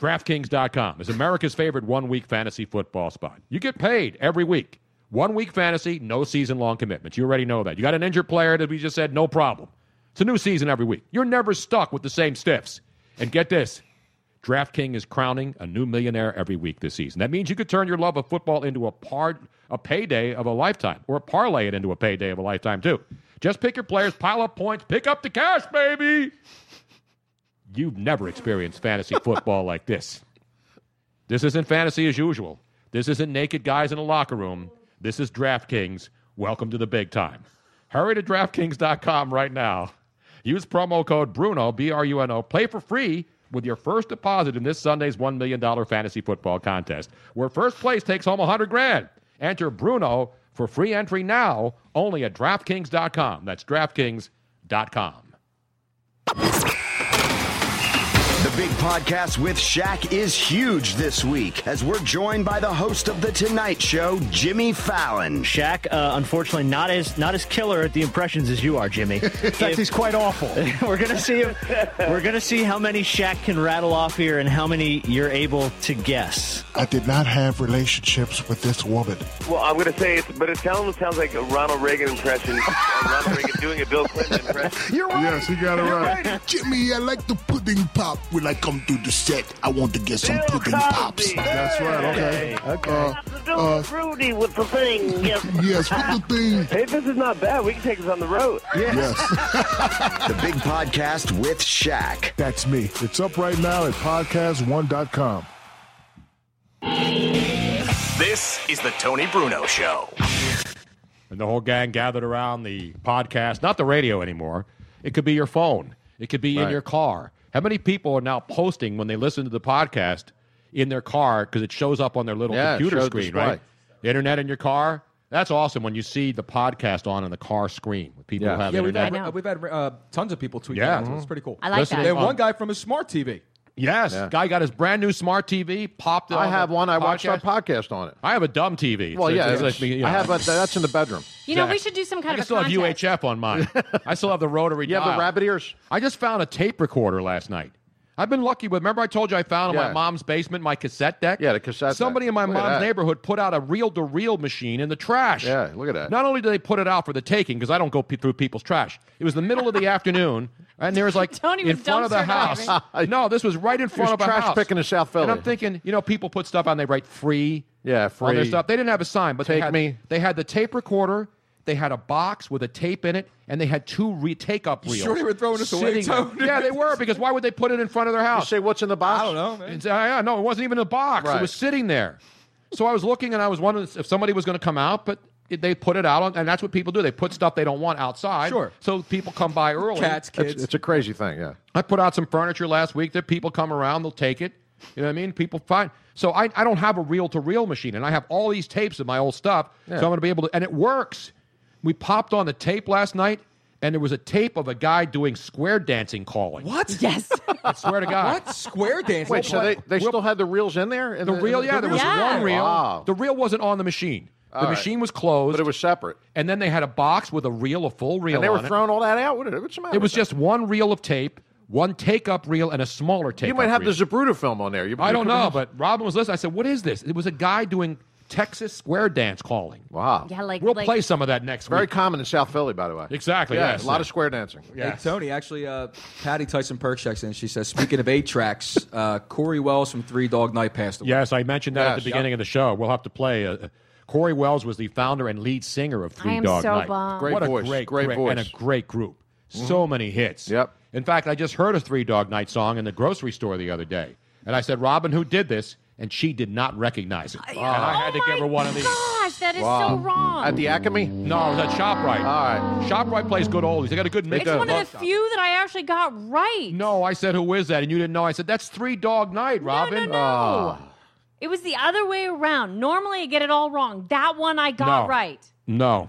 H: DraftKings.com is America's favorite one week fantasy football spot. You get paid every week. One week fantasy, no season long commitments. You already know that. You got an injured player that we just said, no problem. It's a new season every week. You're never stuck with the same stiffs. And get this DraftKings is crowning a new millionaire every week this season. That means you could turn your love of football into a par- a payday of a lifetime, or parlay it into a payday of a lifetime too. Just pick your players, pile up points, pick up the cash, baby. You've never experienced fantasy football like this. This isn't fantasy as usual. This isn't naked guys in a locker room. This is DraftKings. Welcome to the big time. Hurry to DraftKings.com right now. Use promo code Bruno, B R U N O. Play for free with your first deposit in this Sunday's $1 million fantasy football contest, where first place takes home 100 grand. Enter Bruno for free entry now only at DraftKings.com. That's DraftKings.com.
E: The big podcast with Shaq is huge this week as we're joined by the host of The Tonight Show, Jimmy Fallon.
O: Shaq, uh, unfortunately, not as not as killer at the impressions as you are, Jimmy. In
Q: fact, he's quite awful.
O: we're gonna see him. We're gonna see how many Shaq can rattle off here and how many you're able to guess.
Q: I did not have relationships with this woman.
R: Well, I'm going to say it's, but it sounds, sounds like a Ronald Reagan impression. Uh, Ronald Reagan doing a Bill Clinton impression.
Q: You're right. Yes, he got it right. Jimmy, I like the pudding pop with
S: when I come through the set, I want to get some pudding pops.
T: That's right. Okay. Okay.
S: Uh,
T: Rudy with the thing. Yes.
S: yes, with the thing.
R: Hey, this is not bad. We can take this on the road.
E: the big podcast with Shaq.
Q: That's me. It's up right now at podcast1.com.
E: This is the Tony Bruno Show.
H: and the whole gang gathered around the podcast, not the radio anymore. It could be your phone, it could be in your car. How many people are now posting when they listen to the podcast in their car because it shows up on their little
I: Yeah, it
H: computer
I: shows
H: screen,
I: display.
H: right? The internet in your car. That's awesome when you see the podcast on in the car screen. when People have
K: yeah, we've
H: internet.
K: had, uh, we've had uh, tons of people tweet
H: Yeah. um,
K: that. out, so It's pretty cool.
H: I like Listening that.
K: And
H: on-
K: one guy from his smart TV.
H: Yes,
K: Yeah.
H: guy got his brand new smart TV, popped it.
I: I
H: on
I: have
H: the
I: one. I watched our
H: podcast.
I: podcast on it.
H: I have a dumb TV.
I: Well,
H: So
I: yeah,
H: it's like me, you
I: I
H: know.
I: have, but that's in the bedroom.
J: You know, we
H: Exactly.
J: should do some
H: I
J: kind
H: can
J: of a
H: still
J: contest.
H: have UHF on mine. I still have the rotary.
I: You have the
H: dial.
I: rabbit ears.
H: I just found a tape recorder last night. I've been lucky with. Remember, I told you I found in
I: Yeah.
H: my mom's basement my cassette deck. Yeah, the cassette. Somebody in my
I: Look at
H: mom's
I: that.
H: neighborhood put out a reel-to-reel machine in the trash. Yeah,
I: look at that.
H: Not only did they put it out for the taking, because I don't go pe- through people's trash. It was the middle of the afternoon, and there was like
I: Tony
H: in
I: was
H: front of the
I: dumpster
H: house.
I: diving.
H: no, this was right in
I: He
H: front
I: was
H: of a
I: trash
H: house.
I: picking in South Philly.
H: And I'm thinking, you know, people put stuff on. They write free.
I: Yeah,
H: on their
I: free.
H: stuff. They didn't have a sign, but they
I: Take
H: had,
I: me.
H: They had the tape recorder. They had a box with a tape in it, and they had two re- take up reels.
I: sure they were throwing this away,
H: sitting-
I: Tony?
H: Yeah, they were because why would they put it in front of their house?
I: say what's in the box? I don't
K: know.
H: It's- I- I know, it wasn't even in a box. It
I: Right.
H: was sitting there. So I was looking, and I was wondering if somebody was going to come out, but it- they put it out, on, and that's what people do. They put stuff they don't want outside.
I: Sure.
H: So people come by early.
I: It's, it's a crazy thing. Yeah.
H: I put out some furniture last week that people come around, they'll take it. You know what I mean? People find. So I, I don't have a reel to reel machine, and I have all these tapes of my old stuff.
I: Yeah.
H: So I'm going to be able to, and it works. We popped on the tape last night, and there was a tape of a guy doing square dancing calling.
K: What?
H: Yes. I swear to God.
K: What? Square dancing?
I: Wait, so they, they still had the reels in there? In
H: The reel,
I: in
H: yeah, there was
I: Yeah.
H: one reel.
I: Wow.
H: The reel wasn't on the machine.
I: All
H: the
I: right.
H: machine was closed. But it
I: was separate.
H: And then they had a box with a reel, a full reel
I: And they were
H: on it.
I: throwing all that out. What, what's the matter?
H: It was just one reel of tape, one take up reel, and a smaller tape.
I: you might have the Zabruta film on there. You,
H: I
I: you
H: don't
I: could-
H: know, but Robin was listening. I said, "What is this?" It was a guy doing Texas square dance calling.
I: Wow.
J: Yeah, like-
H: we'll
J: like-
H: play some of that next
I: Very
H: week.
I: common in South Philly, by the way.
H: Exactly,
I: Yeah,
H: yes.
I: a lot of square dancing.
K: Hey, Tony, actually, uh, Patty Tyson Perk checks in. She says, speaking of eight tracks, uh, Corey Wells from Three Dog Night passed away.
H: yes, I mentioned that at
K: Yes.
H: the beginning of the show. We'll have to play. Uh, Corey Wells was the founder and lead singer of Three
J: am
H: Dog
J: so
H: Night.
J: bummed.
I: Great
H: what
I: voice,
H: a great,
I: great
H: and a
I: voice. Mm-hmm.
H: great group. So many hits. Yep. In fact, I just heard a Three Dog Night song in the grocery store the other day, and I said, "Robin, who did this?" And she did not recognize it, and I had to give her one of
J: Oh
H: these.
J: Gosh, that is so
H: Wow.
J: wrong.
H: At the Acme? No, it was at ShopRite. All right. ShopRite plays good oldies. They got a good mix.
J: it's one of the few that I actually got right.
H: No, I said, who is that? And you didn't know. I said, that's Three Dog Night, Robin.
J: no.
I: Ah.
J: It was the other way around. Normally, I get it all wrong. That one I got
I: No.
J: right.
H: No.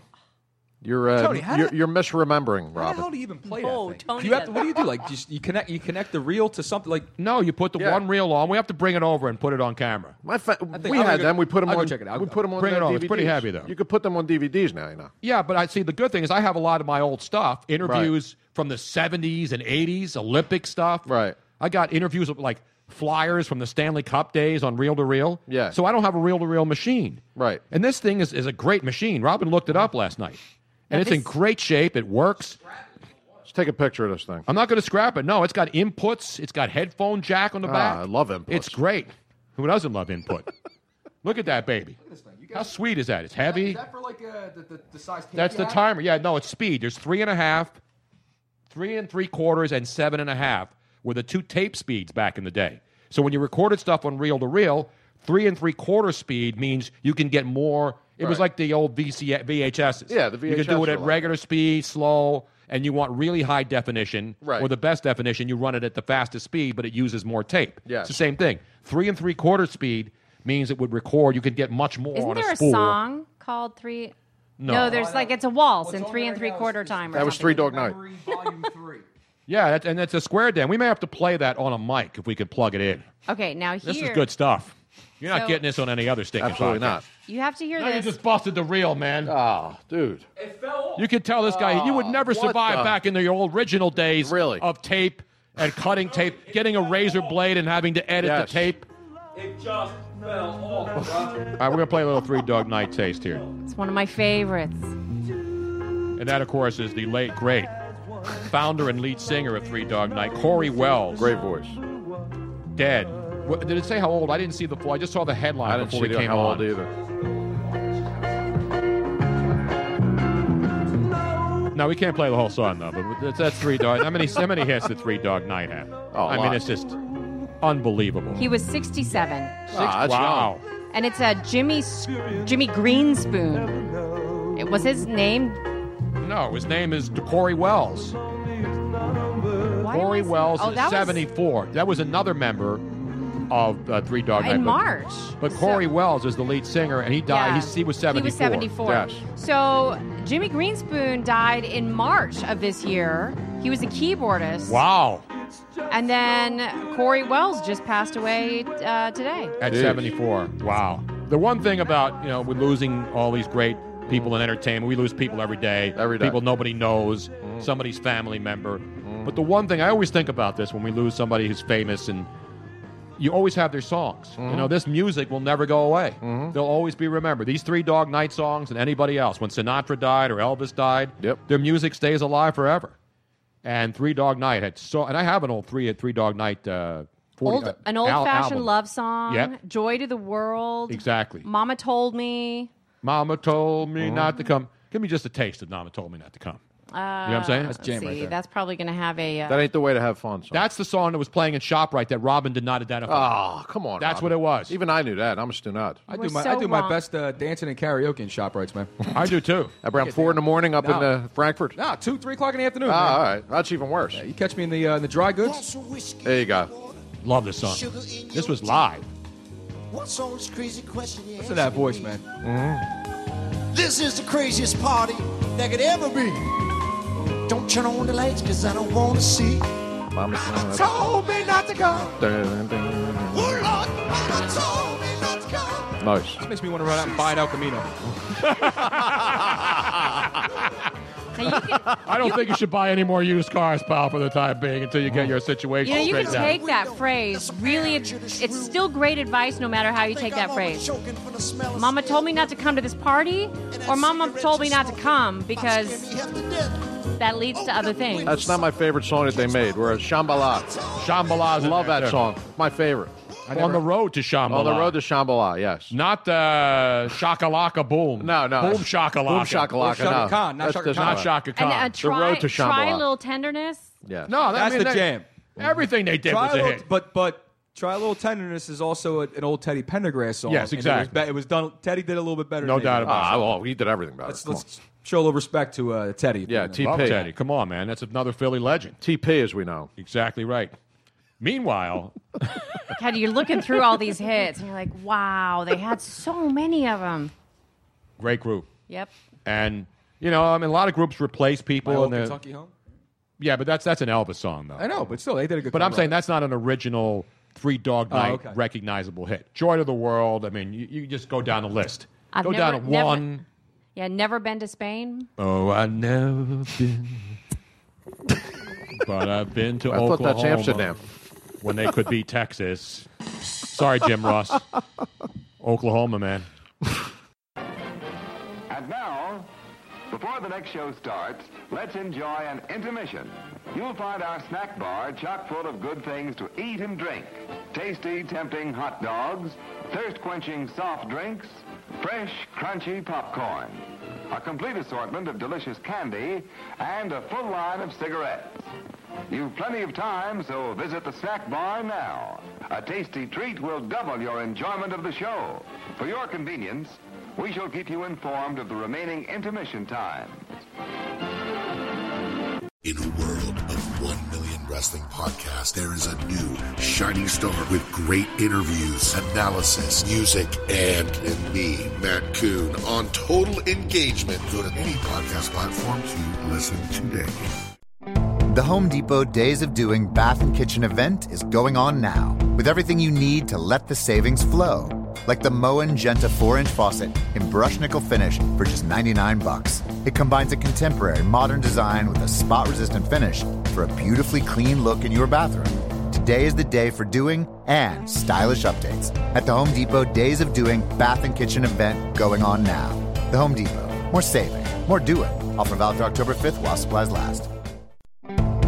I: You're, uh,
K: Tony, how
I: you're,
K: the-
I: you're misremembering, Robin.
K: How do you even play
J: Oh,
K: that thing?
J: Tony
K: Do you have
J: does
K: to, what do you do? Like, just, you connect you connect the reel to something like.
H: No, you put the one reel on. We have to bring it over and put it on camera.
I: My fa-
H: think-
I: we
H: I'll
I: had
H: go-
I: them. We put them
H: I'll go
I: on.
H: check it out.
I: We put them on.
H: Bring it
I: their
H: on. It's pretty
I: DVDs.
H: heavy, though.
I: You could put them on DVDs now. You know.
H: Yeah, but I see the good thing is I have a lot of my old stuff, interviews from the 70s and 80s, Olympic stuff. Right. I got interviews of like flyers from the Stanley Cup days on reel to reel. Yeah. So I don't have a reel to reel machine. Right. And this thing is, is a great machine. Robin looked it up last night. And
I: Yeah,
H: it's in
I: this-
H: great shape. It works. Let's
I: take a picture of this thing.
H: I'm not going to scrap it. No, it's got inputs. It's got headphone jack on the
I: Ah,
H: back.
I: I love inputs.
H: It's great. Who doesn't love input? Look at that baby. How sweet is that? It's heavy.
K: Is that for like uh, the, the, the size tape
H: That's
K: you
H: the
K: have?
H: timer. Yeah, no, it's speed. There's three and a half, three and three quarters, and seven and a half were the two tape speeds back in the day. So when you recorded stuff on reel to reel, three and three quarter speed means you can get more. It was
I: Right.
H: like the old VC, VHSs.
I: Yeah, the
H: You can do
I: VHS
H: it
I: were
H: at
I: like
H: regular speed, slow, and you want really high definition
I: Right.
H: or the best definition. You run it at the fastest speed, but it uses more tape.
I: Yes.
H: It's the same thing. Three and three quarter speed means it would record. You could get much more
J: Isn't
H: on
J: there a,
H: spool.
J: song called Three?
H: No.
J: there's like it's a waltz in three and three quarter time. or
H: That was
J: something.
H: Three Dog Night. yeah, that, and that's a square dance. We may have to play that on a mic if we could plug it in.
J: Okay, now here
H: This is good stuff. You're not
J: So-
H: getting this on any other station.
I: Absolutely not.
J: You have to hear
H: Now you
J: this.
H: just busted the reel, man. Ah, dude. You could tell this guy you would never
I: what
H: survive
I: the-
H: back in the original days really? of tape and cutting tape, getting a razor blade and having to edit
I: Yes.
H: the tape.
B: It just fell off.
H: All right, we're gonna play a little Three Dog Night taste here,
J: It's one of my favorites.
H: and that, of course, is the late great founder and lead singer of Three Dog Night, Corey Wells. Great voice. dead. What, did it say how old? I didn't see the full. I just saw the headline
I: I didn't
H: before
I: see
H: we
I: the-
H: came
I: how
H: on.
I: old either.
H: No, we can't play the whole song though. But that's, that's three dog. How many? How many hits did Three Dog Night have?
J: a
H: I mean,
J: lot.
H: it's just unbelievable.
J: He was 67.
H: Ah, that's wow.
J: And it's a Jimmy S- Jimmy Greenspoon. It was his name.
H: No, his name is Corey Wells. Corey Wells
J: Oh,
H: is
J: that was-
H: 74. That was another member of uh, Three Dog
J: In
H: Night. but-
J: March.
H: But Corey Wells is the lead singer, and he died.
J: Yeah.
H: He, he was 74.
J: He was 74.
H: Yes.
J: So Jimmy Greenspoon died in March of this year. He was a keyboardist.
H: Wow.
J: And then Corey Wells just passed away uh, today.
H: At 74. Wow. The one thing about, you know, we're losing all these great people in entertainment. We lose people every day. Mm. Every
I: day.
H: People nobody knows, somebody's family member. But the one thing I always think about this when we lose somebody who's famous and you always have their songs. You know, this music will never go away. They'll always be remembered. These three Dog Night songs and anybody else, when Sinatra died or Elvis died, their music stays alive forever. And Three Dog Night had so, and I have an old Three Three Dog Night, uh, 40,
J: Old,
H: uh,
J: an
H: al-
J: old fashioned
H: album.
J: love song.
H: Yep.
J: Joy to the world.
H: Exactly.
J: Mama told me.
H: Mama told me not
I: Mm-hmm.
H: to come. Give me just a taste of Mama told me not to come.
J: Uh, you
H: what
J: know
H: I'm saying? That's jam
J: see,
H: right there.
J: That's probably going to have a. Uh,
H: ain't the way to have fun. That's the song that was playing in ShopRite that Robin did not identify.
I: Oh, come on.
H: That's
I: Robin.
H: what it was.
I: Even I knew that. I'm just doing that.
K: I do my I do my best uh, dancing and karaoke in shop rights, man.
H: I do too.
I: Around four in the morning up in
K: No.
I: uh, Frankfurt.
H: Ah,
K: Nah, two, three o'clock in the afternoon.
I: Ah,
K: man.
I: all right. That's even worse.
K: You catch me in the uh, in the dry goods.
I: There you go.
H: Love this song. This was live.
U: What's all this crazy question you
K: Listen to that voice, man.
U: This is the craziest party that could ever be. Don't turn on the lights, cause I don't wanna see.
I: Mama told me-
U: Told me not to come.
I: Dun, dun, dun.
U: Oh Lord, mama told me not to come.
I: Nice.
K: This makes me want to run out and buy an El Camino.
H: I don't think you should buy any more used cars, pal, for the time being until you get your situation
J: You know,
H: straight
J: you can
H: down.
J: take that phrase. Really, it's, it's still great advice no matter how you take that phrase. Mama told me not to come to this party, or Mama told me not to come because that leads to other things.
I: That's not my favorite song that they made. Whereas Shambhala.
H: Shambhala.
I: Love
H: there,
I: that
H: too.
I: song. My favorite.
H: On the road to Shambhala.
I: On the road to Shambhala, yes.
H: Not uh, Shakalaka Boom. No, no. Boom Shakalaka.
I: Boom Shakalaka, Or Shaka no. Khan, not
H: That's
I: Shaka
H: just
I: Khan.
H: Not Shaka
J: and
H: Khan.
J: uh, try, try a little tenderness.
I: Yes.
H: No, that,
K: That's
H: I mean,
K: the
H: that-
K: jam.
H: Everything they did
K: Try
H: was
K: a
H: a
K: little,
H: hit.
K: But but try a little tenderness is also a, an old Teddy Pendergrass song.
H: Yes,
K: and It
H: exactly.
K: was, be- it was done. Teddy did a little bit better.
H: No
K: than they
H: doubt
K: did.
H: about it. Ah, well,
I: he did everything better.
K: Let's, let's show a little respect to uh, Teddy.
H: Yeah,
K: Pendergrass.
H: Love Teddy. Come on, man. That's another Philly legend.
I: TP, as we know.
H: Exactly right. Meanwhile,
J: God, you're looking through all these hits, and you're like, wow, they had so many of them.
H: great group.
J: Yep.
H: And, you know, I mean, a lot of groups replace people.
K: My old
H: and they're-
K: Kentucky home.
H: Yeah, but that's that's an Elvis song, though.
K: I know, but still, they did a good.
H: But I'm
K: cover
H: saying
K: of
H: that's not an original Three Dog
K: Oh,
H: Night
K: okay.
H: recognizable hit. Joy to the World. I mean, you, you just go down the list.
J: I've
H: go
J: never-
H: down to
J: never-
H: one.
J: Yeah, never been to Spain.
H: Oh, I never been, but I've been to
I: I thought
H: Oklahoma.
I: that's Amsterdam.
H: When they could be Texas. Sorry, Jim Ross. Oklahoma, man.
V: And now, before the next show starts, let's enjoy an intermission. You'll find our snack bar chock full of good things to eat and drink. Tasty, tempting hot dogs, thirst-quenching soft drinks, fresh, crunchy popcorn, a complete assortment of delicious candy, and a full line of cigarettes. You've plenty of time, so visit the snack bar now. A tasty treat will double your enjoyment of the show. For your convenience, we shall keep you informed of the remaining intermission time.
S: In a world of 1 million wrestling podcasts, there is a new shining star with great interviews, analysis, music, and, and me, Matt Coon, on total engagement. Go to any podcast platform to listen today.
G: The Home Depot Days of Doing Bath and Kitchen event is going on now with everything you need to let the savings flow, like the Moen Genta 4-inch faucet in brush nickel finish for just 99 bucks. It combines a contemporary modern design with a spot-resistant finish for a beautifully clean look in your bathroom. Today is the day for doing and stylish updates at the Home Depot Days of Doing Bath and Kitchen event going on now. The Home Depot, more saving, more doing. Offer valid through October 5th while supplies last.